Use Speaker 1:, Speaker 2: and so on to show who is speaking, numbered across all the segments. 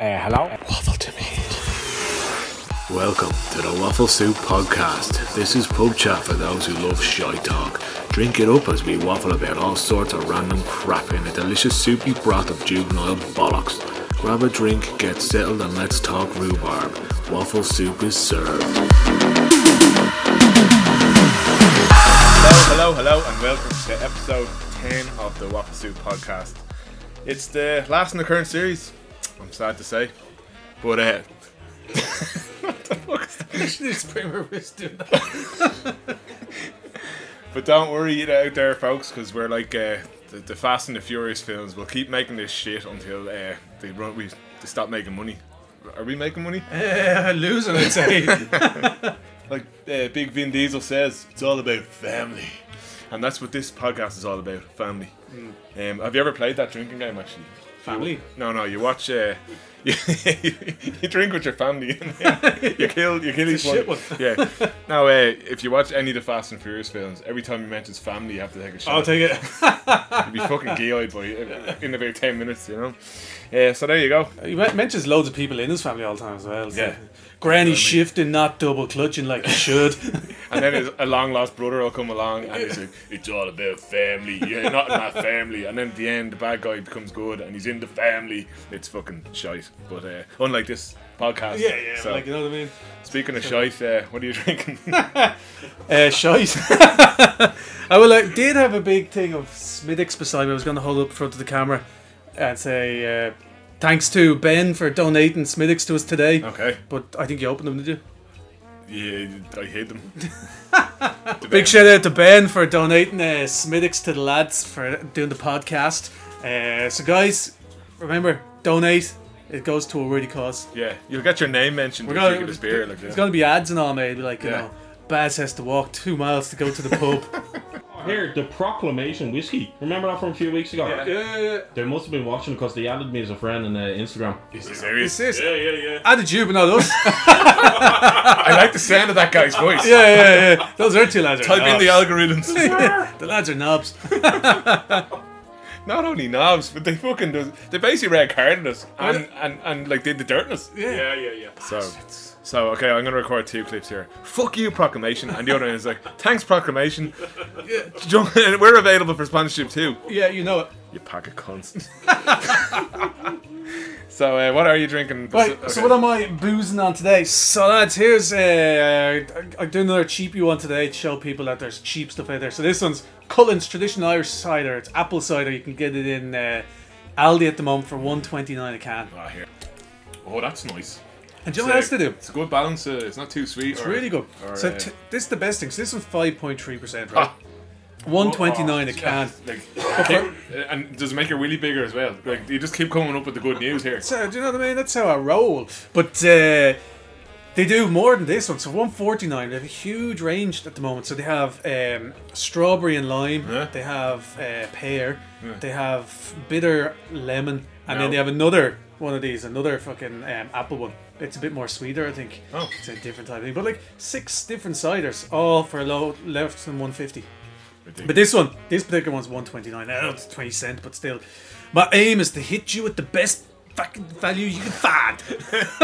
Speaker 1: Uh, hello?
Speaker 2: Waffle to me. Welcome to the Waffle Soup Podcast. This is pub chat for those who love shy talk. Drink it up as we waffle about all sorts of random crap in a delicious soupy broth of juvenile bollocks. Grab a drink, get settled, and let's talk rhubarb. Waffle soup is served.
Speaker 3: Hello, hello, hello, and welcome to episode 10 of the Waffle Soup podcast. It's the last in the current series, I'm sad to say. But, uh, but don't worry it out there, folks, because we're like uh, the, the Fast and the Furious films. We'll keep making this shit until uh, they run. We they stop making money. Are we making money?
Speaker 4: Uh, losing, I'd say.
Speaker 3: Like uh, Big Vin Diesel says, it's all about family, and that's what this podcast is all about, family.
Speaker 4: Mm.
Speaker 3: Um, have you ever played that drinking game actually?
Speaker 4: Family.
Speaker 3: No, no. You watch. Uh, you, you drink with your family. you kill. You kill each
Speaker 4: a shit
Speaker 3: one. Yeah. Now, uh, if you watch any of the Fast and Furious films, every time you mentions family, you have to take a shot.
Speaker 4: I'll take it.
Speaker 3: You'd be fucking geoid by it in about ten minutes, you know. Yeah. So there you go.
Speaker 4: He men- mentions loads of people in his family all the time as well. so-
Speaker 3: Yeah.
Speaker 4: Granny shifting, not double clutching like you should.
Speaker 3: And then his, a long lost brother will come along and he's like, "It's all about family. Yeah, not my family." And then at the end, the bad guy becomes good and he's in the family. It's fucking shite. But uh, unlike this podcast,
Speaker 4: yeah, yeah.
Speaker 3: So,
Speaker 4: Like, you know what I mean?
Speaker 3: speaking of shite, uh, what are you drinking?
Speaker 4: Uh, shite. I will, uh, did have a big thing of Smiddix beside me. I was going to hold up in front of the camera and say, uh, thanks to Ben for donating Smiddix to us today.
Speaker 3: okay.
Speaker 4: But I think you opened them, did you?
Speaker 3: Yeah, I hate them.
Speaker 4: Big shout out to Ben for donating uh, Smiddix to the lads for doing the podcast. Uh, so, guys, remember, donate. It goes to a worthy cause.
Speaker 3: Yeah, you'll get your name mentioned
Speaker 4: We're
Speaker 3: if you
Speaker 4: gonna,
Speaker 3: get this beer. Like,
Speaker 4: It's
Speaker 3: yeah.
Speaker 4: going to be ads and all, mate. Like, you
Speaker 3: Yeah.
Speaker 4: know, Baz has to walk two miles to go to the pub.
Speaker 5: Here, the Proclamation whiskey. Remember that from a few weeks ago?
Speaker 4: uh,
Speaker 5: They must have been watching because they added me as a friend on uh, Instagram.
Speaker 3: Is he serious?
Speaker 4: serious?
Speaker 3: Yeah, yeah, yeah.
Speaker 4: added you, but not us.
Speaker 3: I like the sound of that guy's voice.
Speaker 4: yeah, yeah, yeah. Those are two lads. Are
Speaker 3: Type in the
Speaker 4: knobs.
Speaker 3: algorithms.
Speaker 4: the lads are knobs.
Speaker 3: Not only knobs, but they fucking does, they basically red carded us and, and, and like did the dirtness.
Speaker 4: Yeah.
Speaker 3: yeah, yeah. So, so okay, I'm gonna record two clips here. Fuck you, Proclamation, and the other one is like, thanks, Proclamation. Jo- and We're available for sponsorship too.
Speaker 4: Yeah, you know it.
Speaker 3: You pack of cunts. so, uh, what are you drinking?
Speaker 4: Right, so
Speaker 3: Okay.
Speaker 4: what am I boozing on today? So lads, here's uh, I- I'm doing another cheapy one today to show people that there's cheap stuff out there. So this one's Cullen's traditional Irish cider. It's apple cider. You can get it in uh, Aldi at the moment for 1.29 a can.
Speaker 3: Ah, here. Oh, that's nice.
Speaker 4: And do you know what else to do?
Speaker 3: It's a good balance. Uh, it's not too sweet.
Speaker 4: It's really good.
Speaker 3: or,
Speaker 4: so
Speaker 3: uh,
Speaker 4: t- this is the best thing. So this one's 5.3 percent, right? 1.29 a
Speaker 3: Oh,
Speaker 4: can.
Speaker 3: and does it make your willy bigger as well? Like you just keep coming up with the good news here.
Speaker 4: So do you know what I mean? That's how I roll. But uh, they do more than this one. So 149. They have a huge range at the moment. So they have um, strawberry and lime.
Speaker 3: Yeah.
Speaker 4: They have uh, pear. They have bitter lemon, and
Speaker 3: No.
Speaker 4: then they have another one of these, another fucking um, apple one. It's a bit more sweeter, I think.
Speaker 3: Oh.
Speaker 4: It's a different type of thing. But like six different ciders, all for low less than 150. But this one, this particular one's 129. I know it's 20 cent, but still. My aim is to hit you at the best fucking value you can find.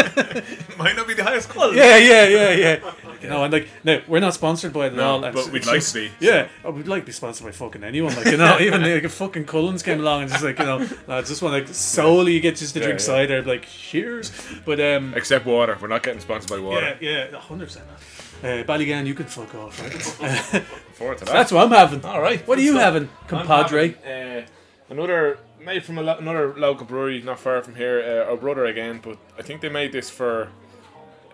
Speaker 3: might not be the highest quality.
Speaker 4: yeah, yeah, yeah, yeah. You know, and like, no, we're not sponsored by it at
Speaker 3: No,
Speaker 4: all. and
Speaker 3: but
Speaker 4: it's-
Speaker 3: we'd
Speaker 4: it's
Speaker 3: like
Speaker 4: just-
Speaker 3: to be,
Speaker 4: Yeah, oh, we'd like to be sponsored by fucking anyone. Like, you know, even like, if fucking Cullens came along and just like, you know, I just want to solely get just to drink
Speaker 3: yeah.
Speaker 4: cider. I'd be Like, cheers. But, um,
Speaker 3: Except water. We're not getting sponsored by water.
Speaker 4: yeah, yeah, 100%. Uh, Ballygan, you can fuck off, right?
Speaker 3: Forward to that.
Speaker 4: That's what I'm having.
Speaker 3: all right.
Speaker 4: What are you having,
Speaker 3: I'm
Speaker 4: compadre?
Speaker 3: having, uh, another made from a lo- another local brewery not far from here. Uh, our brother again, but I think they made this for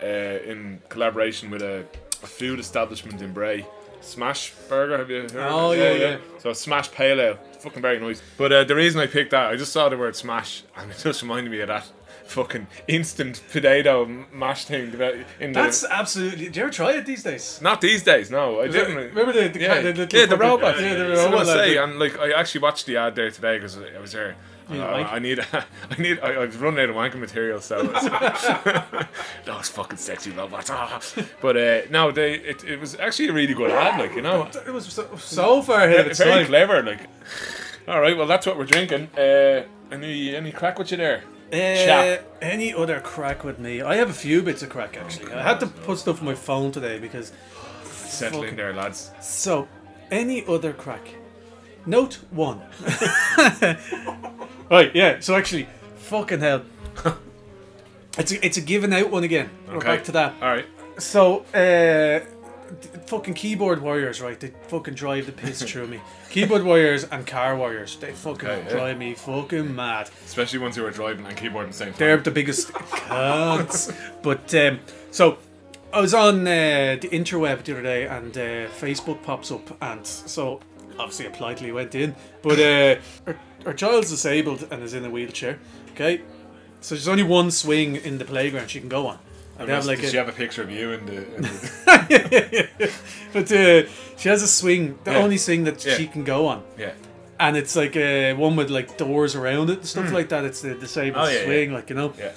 Speaker 3: uh, in collaboration with a, a food establishment in Bray. Smash Burger, have you heard? of it?
Speaker 4: Oh, yeah, yeah.
Speaker 3: So it's Smash Pale Ale, It's fucking very nice. But uh, the reason I picked that, I just saw the word Smash, and it just reminded me of that fucking instant potato m- mash thing. That in the,
Speaker 4: That's absolutely. Do you ever try it these days?
Speaker 3: not these days, no. I didn't.
Speaker 4: Remember the- the
Speaker 3: yeah.
Speaker 4: kind of little
Speaker 3: yeah, the
Speaker 4: fucking-
Speaker 3: robot.
Speaker 4: Yeah, the
Speaker 3: That's what I was
Speaker 4: robot,
Speaker 3: saying,
Speaker 4: like-
Speaker 3: and like I actually watched the ad there today because I was there. and I,
Speaker 4: like
Speaker 3: I need, I need, I, I've run out of wanking material, so it's- those fucking sexy robots. ah. But uh, no, they, it, it was actually a really good ad, like you know,
Speaker 4: It was so, so far ahead of its
Speaker 3: very
Speaker 4: time.
Speaker 3: clever. Like, all right, well that's what we're drinking. Uh, any any crack with you there?
Speaker 4: Uh,
Speaker 3: Chap.
Speaker 4: any other crack with me? I have a few bits of crack actually. I had to put stuff on my phone today because
Speaker 3: Settle in
Speaker 4: fucking-
Speaker 3: there, lads.
Speaker 4: So, any other crack? Note one. right, yeah. So actually, fucking hell, it's a, it's a given out one again. We're back to that.
Speaker 3: All right.
Speaker 4: So, uh, d- fucking keyboard warriors, right? They fucking drive the piss through me. Keyboard warriors and car warriors, they fucking
Speaker 3: Okay, yeah.
Speaker 4: drive me fucking mad.
Speaker 3: Especially ones who are driving and keyboard and same
Speaker 4: They're
Speaker 3: time.
Speaker 4: the biggest cunts. But um, so I was on uh, the interweb the other day, and uh, Facebook pops up, and so obviously I politely went in. But uh, our, our child's disabled and is in a wheelchair. Okay, so there's only one swing in the playground she can go on. And they have like
Speaker 3: Did
Speaker 4: a,
Speaker 3: she have a picture of you in the? In the
Speaker 4: but uh, she has a swing, the
Speaker 3: Yeah.
Speaker 4: only swing that
Speaker 3: Yeah.
Speaker 4: she can go on,
Speaker 3: yeah.
Speaker 4: and it's like uh, one with like doors around it and stuff like that. It's the disabled
Speaker 3: Hmm. Oh, yeah, yeah.
Speaker 4: swing, like you know.
Speaker 3: Yeah.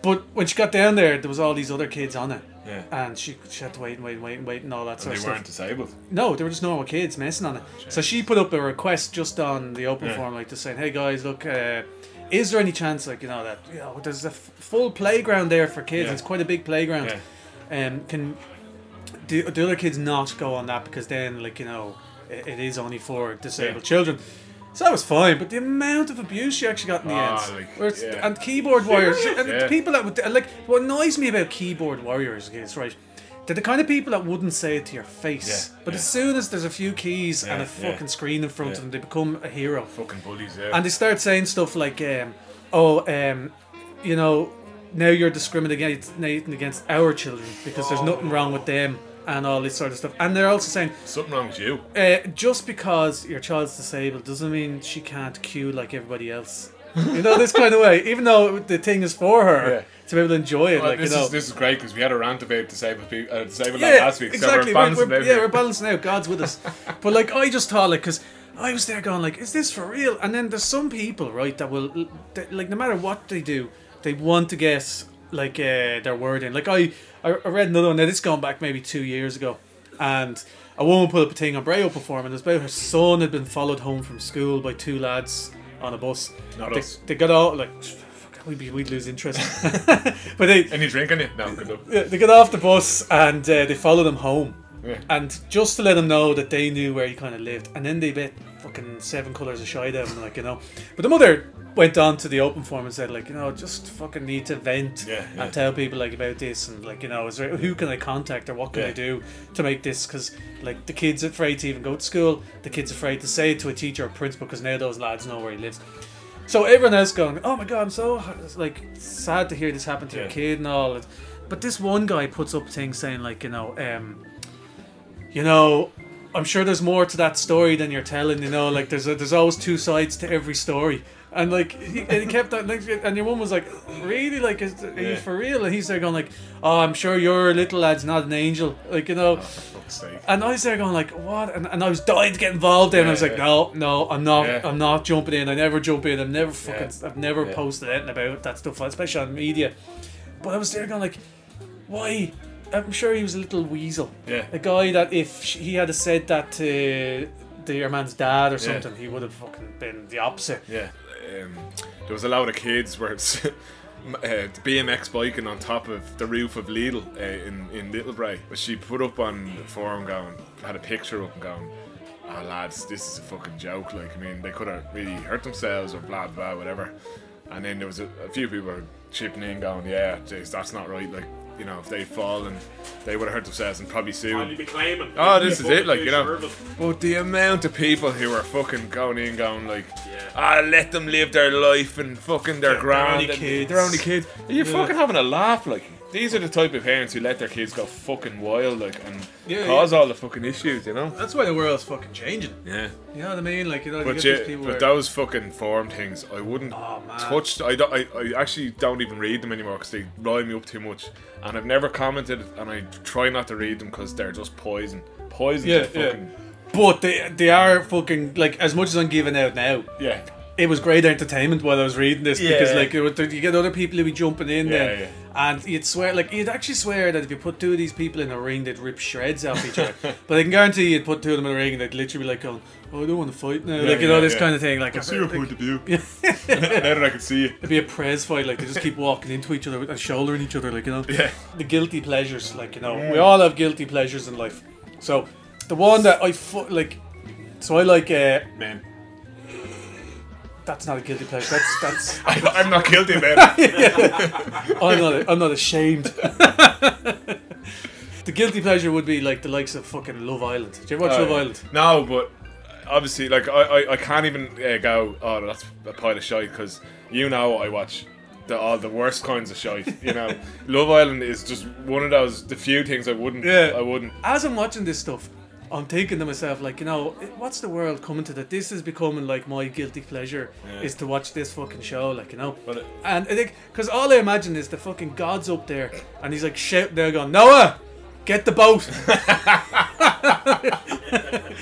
Speaker 4: But when she got down there, there was all these other kids on it,
Speaker 3: Yeah.
Speaker 4: and she, she had to wait and wait and wait and wait and all that
Speaker 3: And
Speaker 4: sort
Speaker 3: they
Speaker 4: of
Speaker 3: weren't
Speaker 4: stuff.
Speaker 3: disabled.
Speaker 4: No, they were just normal kids messing on it. So she put up a request just on the open
Speaker 3: Yeah.
Speaker 4: forum, like just saying, "Hey guys, look, uh, is there any chance, like you know, that you know, there's a f- full playground there for kids?
Speaker 3: Yeah.
Speaker 4: It's quite a big playground.
Speaker 3: Yeah.
Speaker 4: Um, can do, do other kids not go on that because then, like you know, it, it is only for disabled
Speaker 3: Yeah.
Speaker 4: children." So that was fine, but the amount of abuse she actually got in the
Speaker 3: Ah,
Speaker 4: end,
Speaker 3: like,
Speaker 4: where it's-
Speaker 3: yeah.
Speaker 4: and keyboard warriors, and
Speaker 3: Yeah.
Speaker 4: people that would like what annoys me about keyboard warriors is right. They're the kind of people that wouldn't say it to your face,
Speaker 3: Yeah,
Speaker 4: but
Speaker 3: yeah.
Speaker 4: as soon as there's a few keys and a
Speaker 3: Yeah, yeah.
Speaker 4: fucking screen in front
Speaker 3: Yeah.
Speaker 4: of them, they become a hero.
Speaker 3: Fucking bullies. Yeah.
Speaker 4: And they start saying stuff like, um, "Oh, um, you know, now you're discriminating against our children because there's nothing wrong with them." And all this sort of stuff, and they're also saying
Speaker 3: Something wrong with you.
Speaker 4: uh, just because your child's disabled doesn't mean she can't queue like everybody else. You know this kind of way, even though the thing is for her
Speaker 3: Yeah.
Speaker 4: to be able to enjoy it.
Speaker 3: Well,
Speaker 4: like
Speaker 3: this,
Speaker 4: you know,
Speaker 3: is, this is great because we had a rant about disabled people, uh, disabled
Speaker 4: yeah,
Speaker 3: lad last week.
Speaker 4: Exactly.
Speaker 3: So we're bouncing
Speaker 4: we're,
Speaker 3: about
Speaker 4: yeah,
Speaker 3: it.
Speaker 4: we're balancing out. God's with us. but like, I just thought like, because I was there going like, is this for real? And then there's some people right that will that, like, no matter what they do, they want to guess like uh, their word in. Like I, I I read another one. Now this has gone back maybe two years ago, and. A woman put up a thing on Braille performing. It was about her son had been followed home from school by two lads on a bus.
Speaker 3: Not
Speaker 4: they,
Speaker 3: us.
Speaker 4: they got all like, fuck, we'd, be, we'd lose interest. but they,
Speaker 3: Any drink in it? No, good luck.
Speaker 4: yeah, they got off the bus and uh, they followed him home.
Speaker 3: Yeah.
Speaker 4: And just to let him know that they knew where he kind of lived. And then they bet fucking seven colours of shy down, like, you know. But the mother went on to the open forum and said, like, you know, just fucking need to vent
Speaker 3: Yeah, yeah.
Speaker 4: and tell people, like, about this. And, like, you know, is there, who can I contact or what can
Speaker 3: Yeah.
Speaker 4: I do to make this? Because, like, the kid's afraid to even go to school. The kid's afraid to say it to a teacher or principal because now those lads know where he lives. So everyone else going, oh my god, I'm so like sad to hear this happen to your
Speaker 3: Yeah.
Speaker 4: kid and all. But this one guy puts up things saying like, you know, um, you know, I'm sure there's more to that story than you're telling. You know, like there's a, there's always two sides to every story. And like he, and he kept on, like, and your mum was like, really, like, is, are you
Speaker 3: Yeah.
Speaker 4: for real? And he's there going like, oh, I'm sure your little lad's not an angel, like you know.
Speaker 3: For fuck's sake.
Speaker 4: And I was there going like, what? And, and I was dying to get involved. Then and I was
Speaker 3: Yeah,
Speaker 4: like,
Speaker 3: yeah.
Speaker 4: no, no, I'm not.
Speaker 3: Yeah.
Speaker 4: I'm not jumping in. I never jump in. I've never fucking.
Speaker 3: Yeah.
Speaker 4: I've never
Speaker 3: Yeah.
Speaker 4: posted anything about that stuff, especially on media. But I was there going like, why? I'm sure he was a little weasel.
Speaker 3: Yeah.
Speaker 4: A guy that if sh- he had said that to the, your man's dad or
Speaker 3: Yeah.
Speaker 4: something, he would have fucking been the opposite.
Speaker 3: Yeah. Um, there was a lot of kids where it's uh, BMX biking on top of the roof of Lidl uh, in, in Little Bray. But she put up on the forum going, had a picture up and going, oh lads, this is a fucking joke. Like, I mean, they could have really hurt themselves or blah, blah, whatever. And then there was a, a few people were chipping in going, yeah, geez, that's not right. Like, you know, if they fall and they would have hurt themselves and probably sue.
Speaker 5: And you be claiming.
Speaker 3: Oh, this is it, like, you know.
Speaker 5: Service.
Speaker 3: But the amount of people who are fucking going in, going like,
Speaker 5: Yeah.
Speaker 3: ah, let them live their life and fucking their grand.
Speaker 4: only
Speaker 3: and
Speaker 4: kids."
Speaker 3: They're only kids. You're fucking having a laugh, like. These are the type of parents who let their kids go fucking wild, like, and
Speaker 4: Yeah,
Speaker 3: cause all the fucking issues, you know.
Speaker 4: That's why the world's fucking changing.
Speaker 3: Yeah.
Speaker 4: You know what I mean? Like you know,
Speaker 3: But
Speaker 4: you get
Speaker 3: yeah,
Speaker 4: these people.
Speaker 3: but
Speaker 4: where-
Speaker 3: those fucking forum things, I wouldn't
Speaker 4: Oh, man.
Speaker 3: touch. I, don't, I, I actually don't even read them anymore because they rile me up too much. And I've never commented, and I try not to read them because they're just poison. Poison. to
Speaker 4: Yeah, yeah.
Speaker 3: fucking,
Speaker 4: but they they are fucking like as much as I'm giving out now.
Speaker 3: yeah.
Speaker 4: it was great entertainment while I was reading this because
Speaker 3: Yeah.
Speaker 4: like it was- you get other people who be jumping in
Speaker 3: Yeah,
Speaker 4: then, and you'd swear like you'd actually swear that if you put two of these people in a ring, they'd rip shreds off each other. but I can guarantee you'd put two of them in a ring and they'd literally be like, going, "Oh, I don't want to fight now," like you know
Speaker 3: yeah,
Speaker 4: this
Speaker 3: yeah.
Speaker 4: kind of thing. Like, I
Speaker 3: See your
Speaker 4: think
Speaker 3: point of view. now that I can see it.
Speaker 4: it'd be a press fight. Like they just keep walking into each other with- and shouldering each other. Like you know,
Speaker 3: Yeah.
Speaker 4: the guilty pleasures. Like you know, we all have guilty pleasures in life. So the one that I fu- like, so I like. Uh,
Speaker 3: Man.
Speaker 4: that's not a guilty pleasure. That's that's.
Speaker 3: I, I'm not guilty, man.
Speaker 4: I'm not. I'm not ashamed. the guilty pleasure would be like the likes of fucking Love Island. Did you ever watch
Speaker 3: Oh,
Speaker 4: Love Island?
Speaker 3: Uh, No, but obviously, like, I, I, I can't even uh, go, oh, that's a pile of shite, because you know I watch the, all the worst kinds of shite, you know. Love Island is just one of those, the few things I wouldn't,
Speaker 4: Yeah.
Speaker 3: I wouldn't.
Speaker 4: As I'm watching this stuff, I'm thinking to myself, like, you know, it- what's the world coming to that? This is becoming like my guilty pleasure is to watch this fucking show, like, you know.
Speaker 3: But it-
Speaker 4: and I think, because all I imagine is the fucking God's up there, and he's like shouting there, going, Noah, get the boat.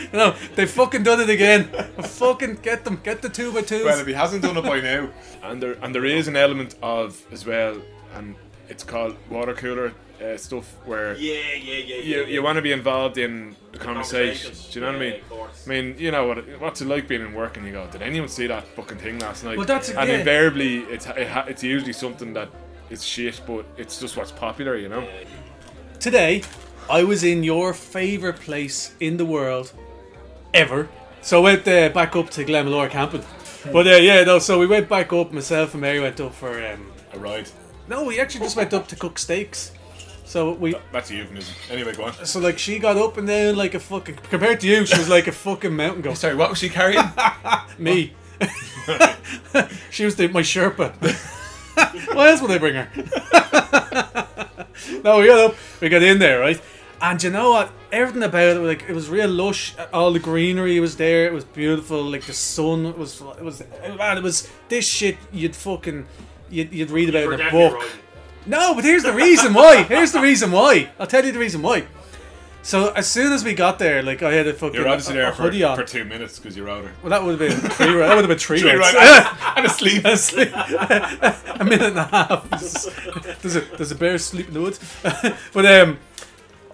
Speaker 4: you know, they fucking done it again. fucking get them, get the two by twos.
Speaker 3: Well, if he hasn't done it by now, and there and there is an element of as well, and it's called water cooler uh, stuff where
Speaker 1: Yeah, yeah, yeah. yeah
Speaker 3: you,
Speaker 1: yeah.
Speaker 3: you want to be involved in the conversation.
Speaker 1: Conversations.
Speaker 3: Do you know what I
Speaker 1: Yeah,
Speaker 3: mean?
Speaker 1: of course.
Speaker 3: I mean, you know what? What's it like being in work and you go, did anyone see that fucking thing last night?
Speaker 4: Well, that's it,
Speaker 3: and
Speaker 4: yeah.
Speaker 3: invariably, it's it, ha- it's usually something that is shit, but it's just what's popular, you know.
Speaker 4: Today, I was in your favourite place in the world ever. So I went uh, back up to Glenmalure camping. But uh, yeah, no, so we went back up, myself and Mary went up for. Um,
Speaker 3: A ride.
Speaker 4: no, we actually just went up to cook steaks. So we,
Speaker 3: That's a euphemism. Anyway, go on.
Speaker 4: so like she got up and down like a fucking. Compared to you, she was like a fucking mountain goat.
Speaker 3: Sorry, what was she carrying?
Speaker 4: Me. she was the, my Sherpa. Why else would I bring her? no, we got up, we got in there, right? And you know what? Everything about it, like it was real lush. All the greenery was there. It was beautiful. Like the sun was, it was, man, it was this shit you'd fucking, you'd, you'd read about
Speaker 1: We're
Speaker 4: in a
Speaker 1: definitely
Speaker 4: book.
Speaker 1: right.
Speaker 4: No, but here's the reason why. Here's the reason why. I'll tell you the reason why. So as soon as we got there, like I had a fucking
Speaker 3: You're obviously
Speaker 4: a- a
Speaker 3: there for,
Speaker 4: hoodie on.
Speaker 3: for two minutes because you're older.
Speaker 4: Well, that would have been three. ri- That would have been three,
Speaker 3: Three
Speaker 4: rights.
Speaker 3: rights. And asleep.
Speaker 4: Sleep- a minute and a half. There's a there's a bear sleep in the woods. but um,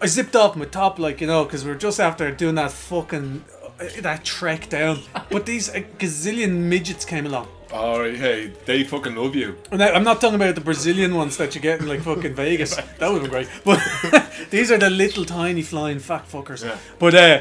Speaker 4: I zipped off my top, like you know, because we were just after doing that fucking uh, that trek down. But these a gazillion midgets came along.
Speaker 3: All right, hey, they fucking love you.
Speaker 4: And I, I'm not talking about the Brazilian ones that you get in like fucking Vegas. That would have been great. But these are the little tiny flying fat fuckers.
Speaker 3: Yeah.
Speaker 4: But uh,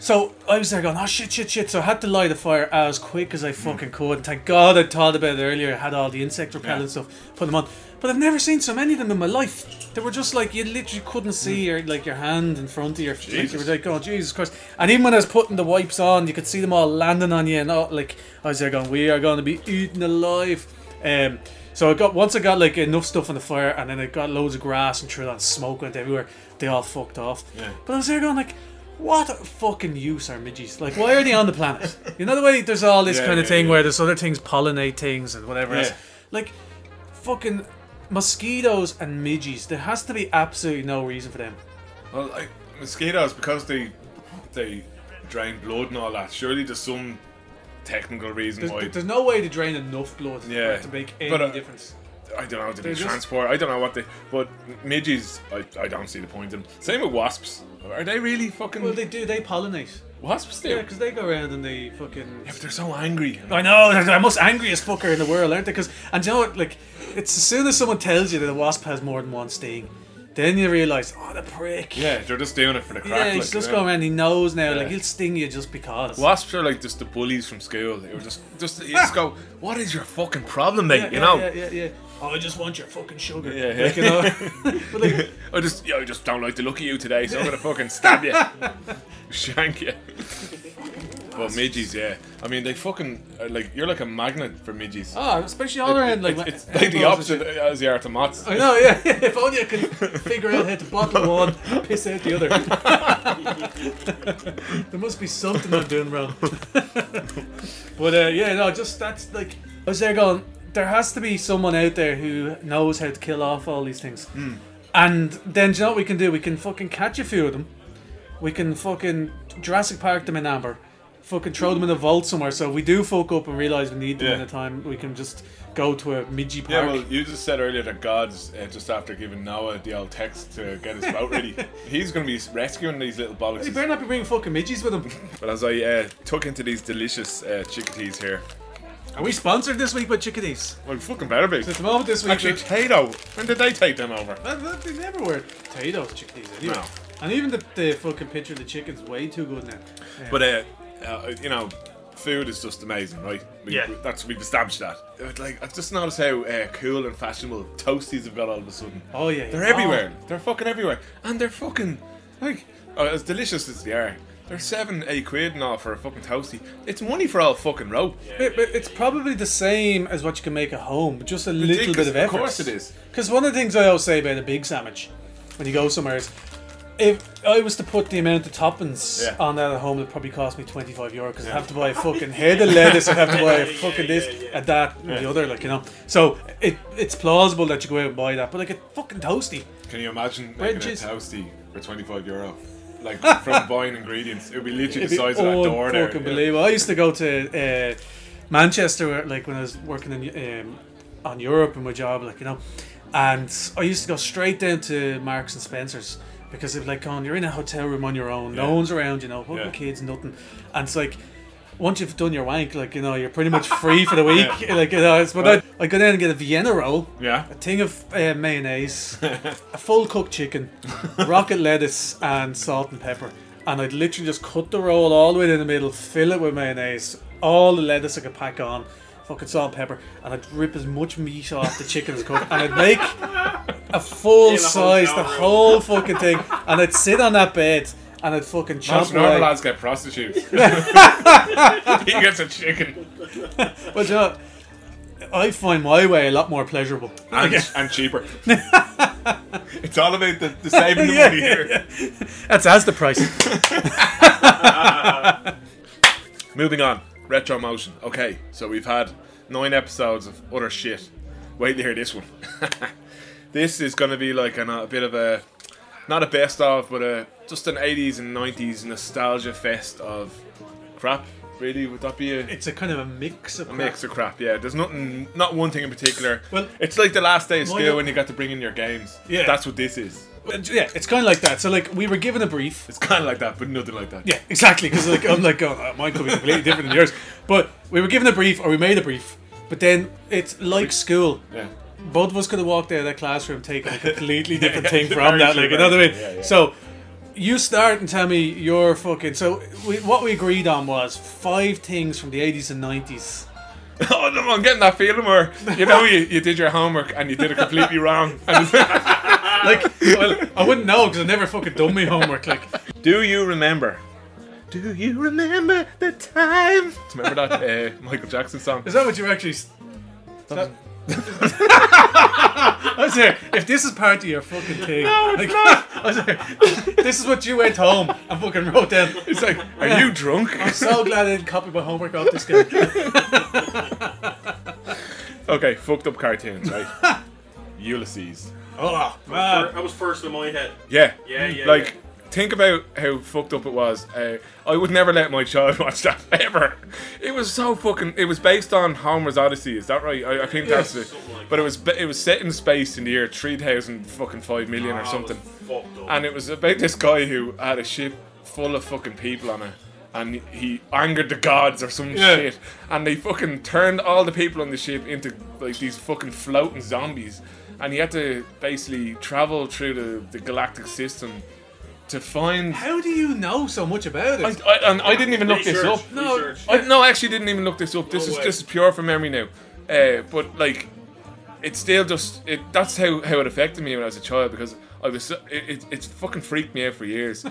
Speaker 4: so I was there going, oh shit, shit, shit. So I had to light the fire as quick
Speaker 3: Mm.
Speaker 4: as I fucking could. And thank God I thought about it earlier. I had all the insect repellent
Speaker 3: Yeah.
Speaker 4: stuff, put them on. But I've never seen so many of them in my life. They were just like you literally couldn't
Speaker 3: Mm.
Speaker 4: see your like your hand in front of your. Like, you
Speaker 3: Jesus.
Speaker 4: were like, oh Jesus Christ! And even when I was putting the wipes on, you could see them all landing on you, and all, like I was there going, we are going to be eaten alive. Um, so I got once I got like enough stuff on the fire, and then I got loads of grass and threw that smoke went everywhere. They all fucked off.
Speaker 3: Yeah.
Speaker 4: But I was there going like. What a fucking use are midges? Like, why are they on the planet? You know the way there's all this
Speaker 3: Yeah,
Speaker 4: kind of
Speaker 3: yeah,
Speaker 4: thing
Speaker 3: yeah.
Speaker 4: where there's other things pollinate things and whatever else.
Speaker 3: Yeah.
Speaker 4: Like, fucking mosquitoes and midges. There has to be absolutely no reason for them.
Speaker 3: Well, like mosquitoes, because they they drain blood and all that. Surely there's some technical reason
Speaker 4: There's,
Speaker 3: why.
Speaker 4: there's no way to drain enough blood for
Speaker 3: Yeah.
Speaker 4: it to make any
Speaker 3: But, uh,
Speaker 4: difference.
Speaker 3: I don't know. Did
Speaker 4: they're
Speaker 3: they
Speaker 4: just-
Speaker 3: transport? I don't know what they. But midges, I, I don't see the point in. Same with wasps. Are they really fucking
Speaker 4: Well, they do. They pollinate.
Speaker 3: wasps? There,
Speaker 4: Yeah, because they go around and they fucking.
Speaker 3: they're so angry.
Speaker 4: I know they're the most angriest fucker in the world, aren't they? Because and you know what? Like, it's as soon as someone tells you that a wasp has more than one sting, then you realise, oh, the prick.
Speaker 3: Yeah, they're just doing it for the crack.
Speaker 4: Yeah,
Speaker 3: like,
Speaker 4: he's just
Speaker 3: you know.
Speaker 4: going around. He knows now. Like
Speaker 3: Yeah.
Speaker 4: he'll sting you just because.
Speaker 3: Wasps are like just the bullies from school. They were just just you just go. What is your fucking problem, mate?
Speaker 4: Ah! Yeah,
Speaker 3: you
Speaker 4: yeah,
Speaker 3: know.
Speaker 4: Yeah, yeah, yeah. Oh, I just want your fucking sugar.
Speaker 3: Yeah, yeah.
Speaker 4: Like, you know? but like,
Speaker 3: I just yeah, I just don't like the look of you today, so I'm gonna fucking stab you, shank you. But midges, yeah. I mean, they fucking uh, like you're like a magnet for midges.
Speaker 4: oh, especially all around like
Speaker 3: it's,
Speaker 4: my-
Speaker 3: it's like the opposite as the are to moths.
Speaker 4: I know, yeah. If only I could figure out how to bottle one, piss out the other. there must be something I'm doing wrong. but uh, yeah, no, just that's like I was there going. There has to be someone out there who knows how to kill off all these things.
Speaker 3: Hmm.
Speaker 4: And then do you know what we can do? We can fucking catch a few of them. We can fucking Jurassic Park them in amber. fucking throw them in a vault somewhere. So we do fuck up and realize we need them
Speaker 3: Yeah.
Speaker 4: in the time. We can just go to a midgy
Speaker 3: Yeah,
Speaker 4: park.
Speaker 3: well, you just said earlier that God's uh, just after giving Noah the old text to get his boat ready. He's going to be rescuing these little bollocks.
Speaker 4: you better not be bringing fucking midgies with them.
Speaker 3: But as I uh, took into these delicious uh, chickadees here,
Speaker 4: Are we sponsored this week by chickadees?
Speaker 3: well, fucking better be.
Speaker 4: At the moment this week,
Speaker 3: Actually, Tato, when did they take them over?
Speaker 4: that, that, they never were potatoes chickadees anyway.
Speaker 3: No.
Speaker 4: And even the, the fucking picture of the chicken's way too good now. Yeah.
Speaker 3: But uh, uh, you know, food is just amazing, right? We,
Speaker 4: Yeah.
Speaker 3: that's we've established that. Uh, Like I've just noticed how uh, cool and fashionable toasties have got all of a sudden.
Speaker 4: Oh, yeah, yeah.
Speaker 3: They're everywhere. They're fucking everywhere, and they're fucking like uh, as delicious as they are. They're seven, eight quid now for a fucking toasty. It's money for all fucking rope.
Speaker 4: But, but it's probably the same as what you can make at home, but just a little bit
Speaker 3: Ridiculous. Of
Speaker 4: of effort.
Speaker 3: course it is.
Speaker 4: Because one of the things I always say about a big sandwich when you go somewhere is if I was to put the amount of toppings
Speaker 3: Yeah.
Speaker 4: on that at home, it'd probably cost me 25 euro because I'd have to buy a fucking head of lettuce, I'd have to buy a fucking this and that and the other, like, you know. So it it's plausible that you go out and buy that, but like a fucking toasty.
Speaker 3: Can you imagine
Speaker 4: Bread
Speaker 3: making a
Speaker 4: cheese.
Speaker 3: toasty for twenty five euro? Like from buying ingredients, it would be literally the
Speaker 4: It'd be
Speaker 3: size of that door there.
Speaker 4: unfucking
Speaker 3: Yeah.
Speaker 4: believable. I used to go to uh, Manchester, where, like when I was working in um, on Europe in my job, like you know, and I used to go straight down to Marks and Spencers because it was like, on you're in a hotel room on your own, no
Speaker 3: Yeah.
Speaker 4: one's around, you know, fucking
Speaker 3: Yeah.
Speaker 4: kids, nothing, and it's like. Once you've done your wank, like you know, you're pretty much free for the week. Like you know, it's, but
Speaker 3: Right.
Speaker 4: I, I go down and get a Vienna roll,
Speaker 3: Yeah.
Speaker 4: a thing of uh, mayonnaise, a full cooked chicken, rocket lettuce, and salt and pepper. And I'd literally just cut the roll all the way down the middle, fill it with mayonnaise, all the lettuce I could pack on, fucking salt and pepper, and I'd rip as much meat off the chicken as I could, and I'd make a full size, the
Speaker 5: hotel room.
Speaker 4: whole fucking thing, and I'd sit on that bed. And I'd fucking chop
Speaker 3: Most normal
Speaker 4: away.
Speaker 3: lads get prostitutes. he gets a chicken
Speaker 4: But you know, I find my way a lot more pleasurable.
Speaker 3: and, and cheaper. it's all about the, the saving the
Speaker 4: Yeah,
Speaker 3: money here.
Speaker 4: That's as the price.
Speaker 3: Moving on, retro motion. Okay, so we've had nine episodes of other shit. Wait to hear this one. this is going to be like an, a bit of a not a best of, but a just an 80s and 90s nostalgia fest of crap. Really, would that be a
Speaker 4: It's a kind of a mix of crap.
Speaker 3: mix of crap. Yeah, there's nothing, not one thing in particular.
Speaker 4: Well-
Speaker 3: it's like the last day of
Speaker 4: Why
Speaker 3: school
Speaker 4: not-
Speaker 3: when you got to bring in your games.
Speaker 4: Yeah.
Speaker 3: that's what this is.
Speaker 4: Uh, yeah, it's kind of like that. So like we were given a brief.
Speaker 3: It's kind of like that, but nothing like that.
Speaker 4: Yeah, exactly. Because like I'm like going, "Oh, mine could be completely different than yours. But we were given a brief, or we made a brief. But then it's like school.
Speaker 3: yeah.
Speaker 4: Both of us could have walked out of that classroom taking a completely different
Speaker 3: yeah,
Speaker 4: thing from
Speaker 3: very
Speaker 4: that.
Speaker 3: true,
Speaker 4: Like you know what I
Speaker 3: very
Speaker 4: mean?
Speaker 3: true, yeah, yeah.
Speaker 4: So you start and tell me your fucking. So we, what we agreed on was five things from the 80s and 90s.
Speaker 3: Oh no, I'm getting that feeling where you know you, you did your homework and you did it completely wrong. And-
Speaker 4: Like well, I wouldn't know because I never fucking done my homework. Like
Speaker 3: Do you remember? Do you remember the time? Do you remember that uh, Michael Jackson song?
Speaker 4: Is that what you're actually? That... I was there. If this is part of your fucking thing, no, it's not. I was there. This is what you went home and fucking wrote down.
Speaker 3: It's like, are you drunk?
Speaker 4: I'm so glad I didn't copy my homework off this guy.
Speaker 3: okay, fucked up cartoons, right? Ulysses.
Speaker 4: Oh
Speaker 5: Fir-
Speaker 4: man,
Speaker 5: That was first in my head.
Speaker 3: Yeah.
Speaker 5: Yeah, yeah,
Speaker 3: Like,
Speaker 5: yeah.
Speaker 3: think about how fucked up it was. Uh, I would never let my child watch that ever. It was so fucking. It was based on Homer's Odyssey. Is that right? I, I think that's it.
Speaker 5: something like
Speaker 3: But it was ba- it was set in space in the year three thousand fucking five million or
Speaker 5: Ah,
Speaker 3: something.
Speaker 5: I was fucked up.
Speaker 3: and it was about this guy who had a ship full of fucking people on it. And he angered the gods or some
Speaker 4: Yeah.
Speaker 3: shit, and they fucking turned all the people on the ship into like these fucking floating zombies, and he had to basically travel through the, the galactic system to find. I,
Speaker 4: how do you know so much about it?
Speaker 3: I, and I didn't even look this up.
Speaker 5: Research,
Speaker 4: No.
Speaker 5: research.
Speaker 3: I, no, I actually didn't even look this up. This
Speaker 5: No
Speaker 3: is
Speaker 5: way.
Speaker 3: this is pure from memory now. Uh, but like, it's still just it. That's how, how it affected me when I was a child because I was so- it, it it's fucking freaked me out for years.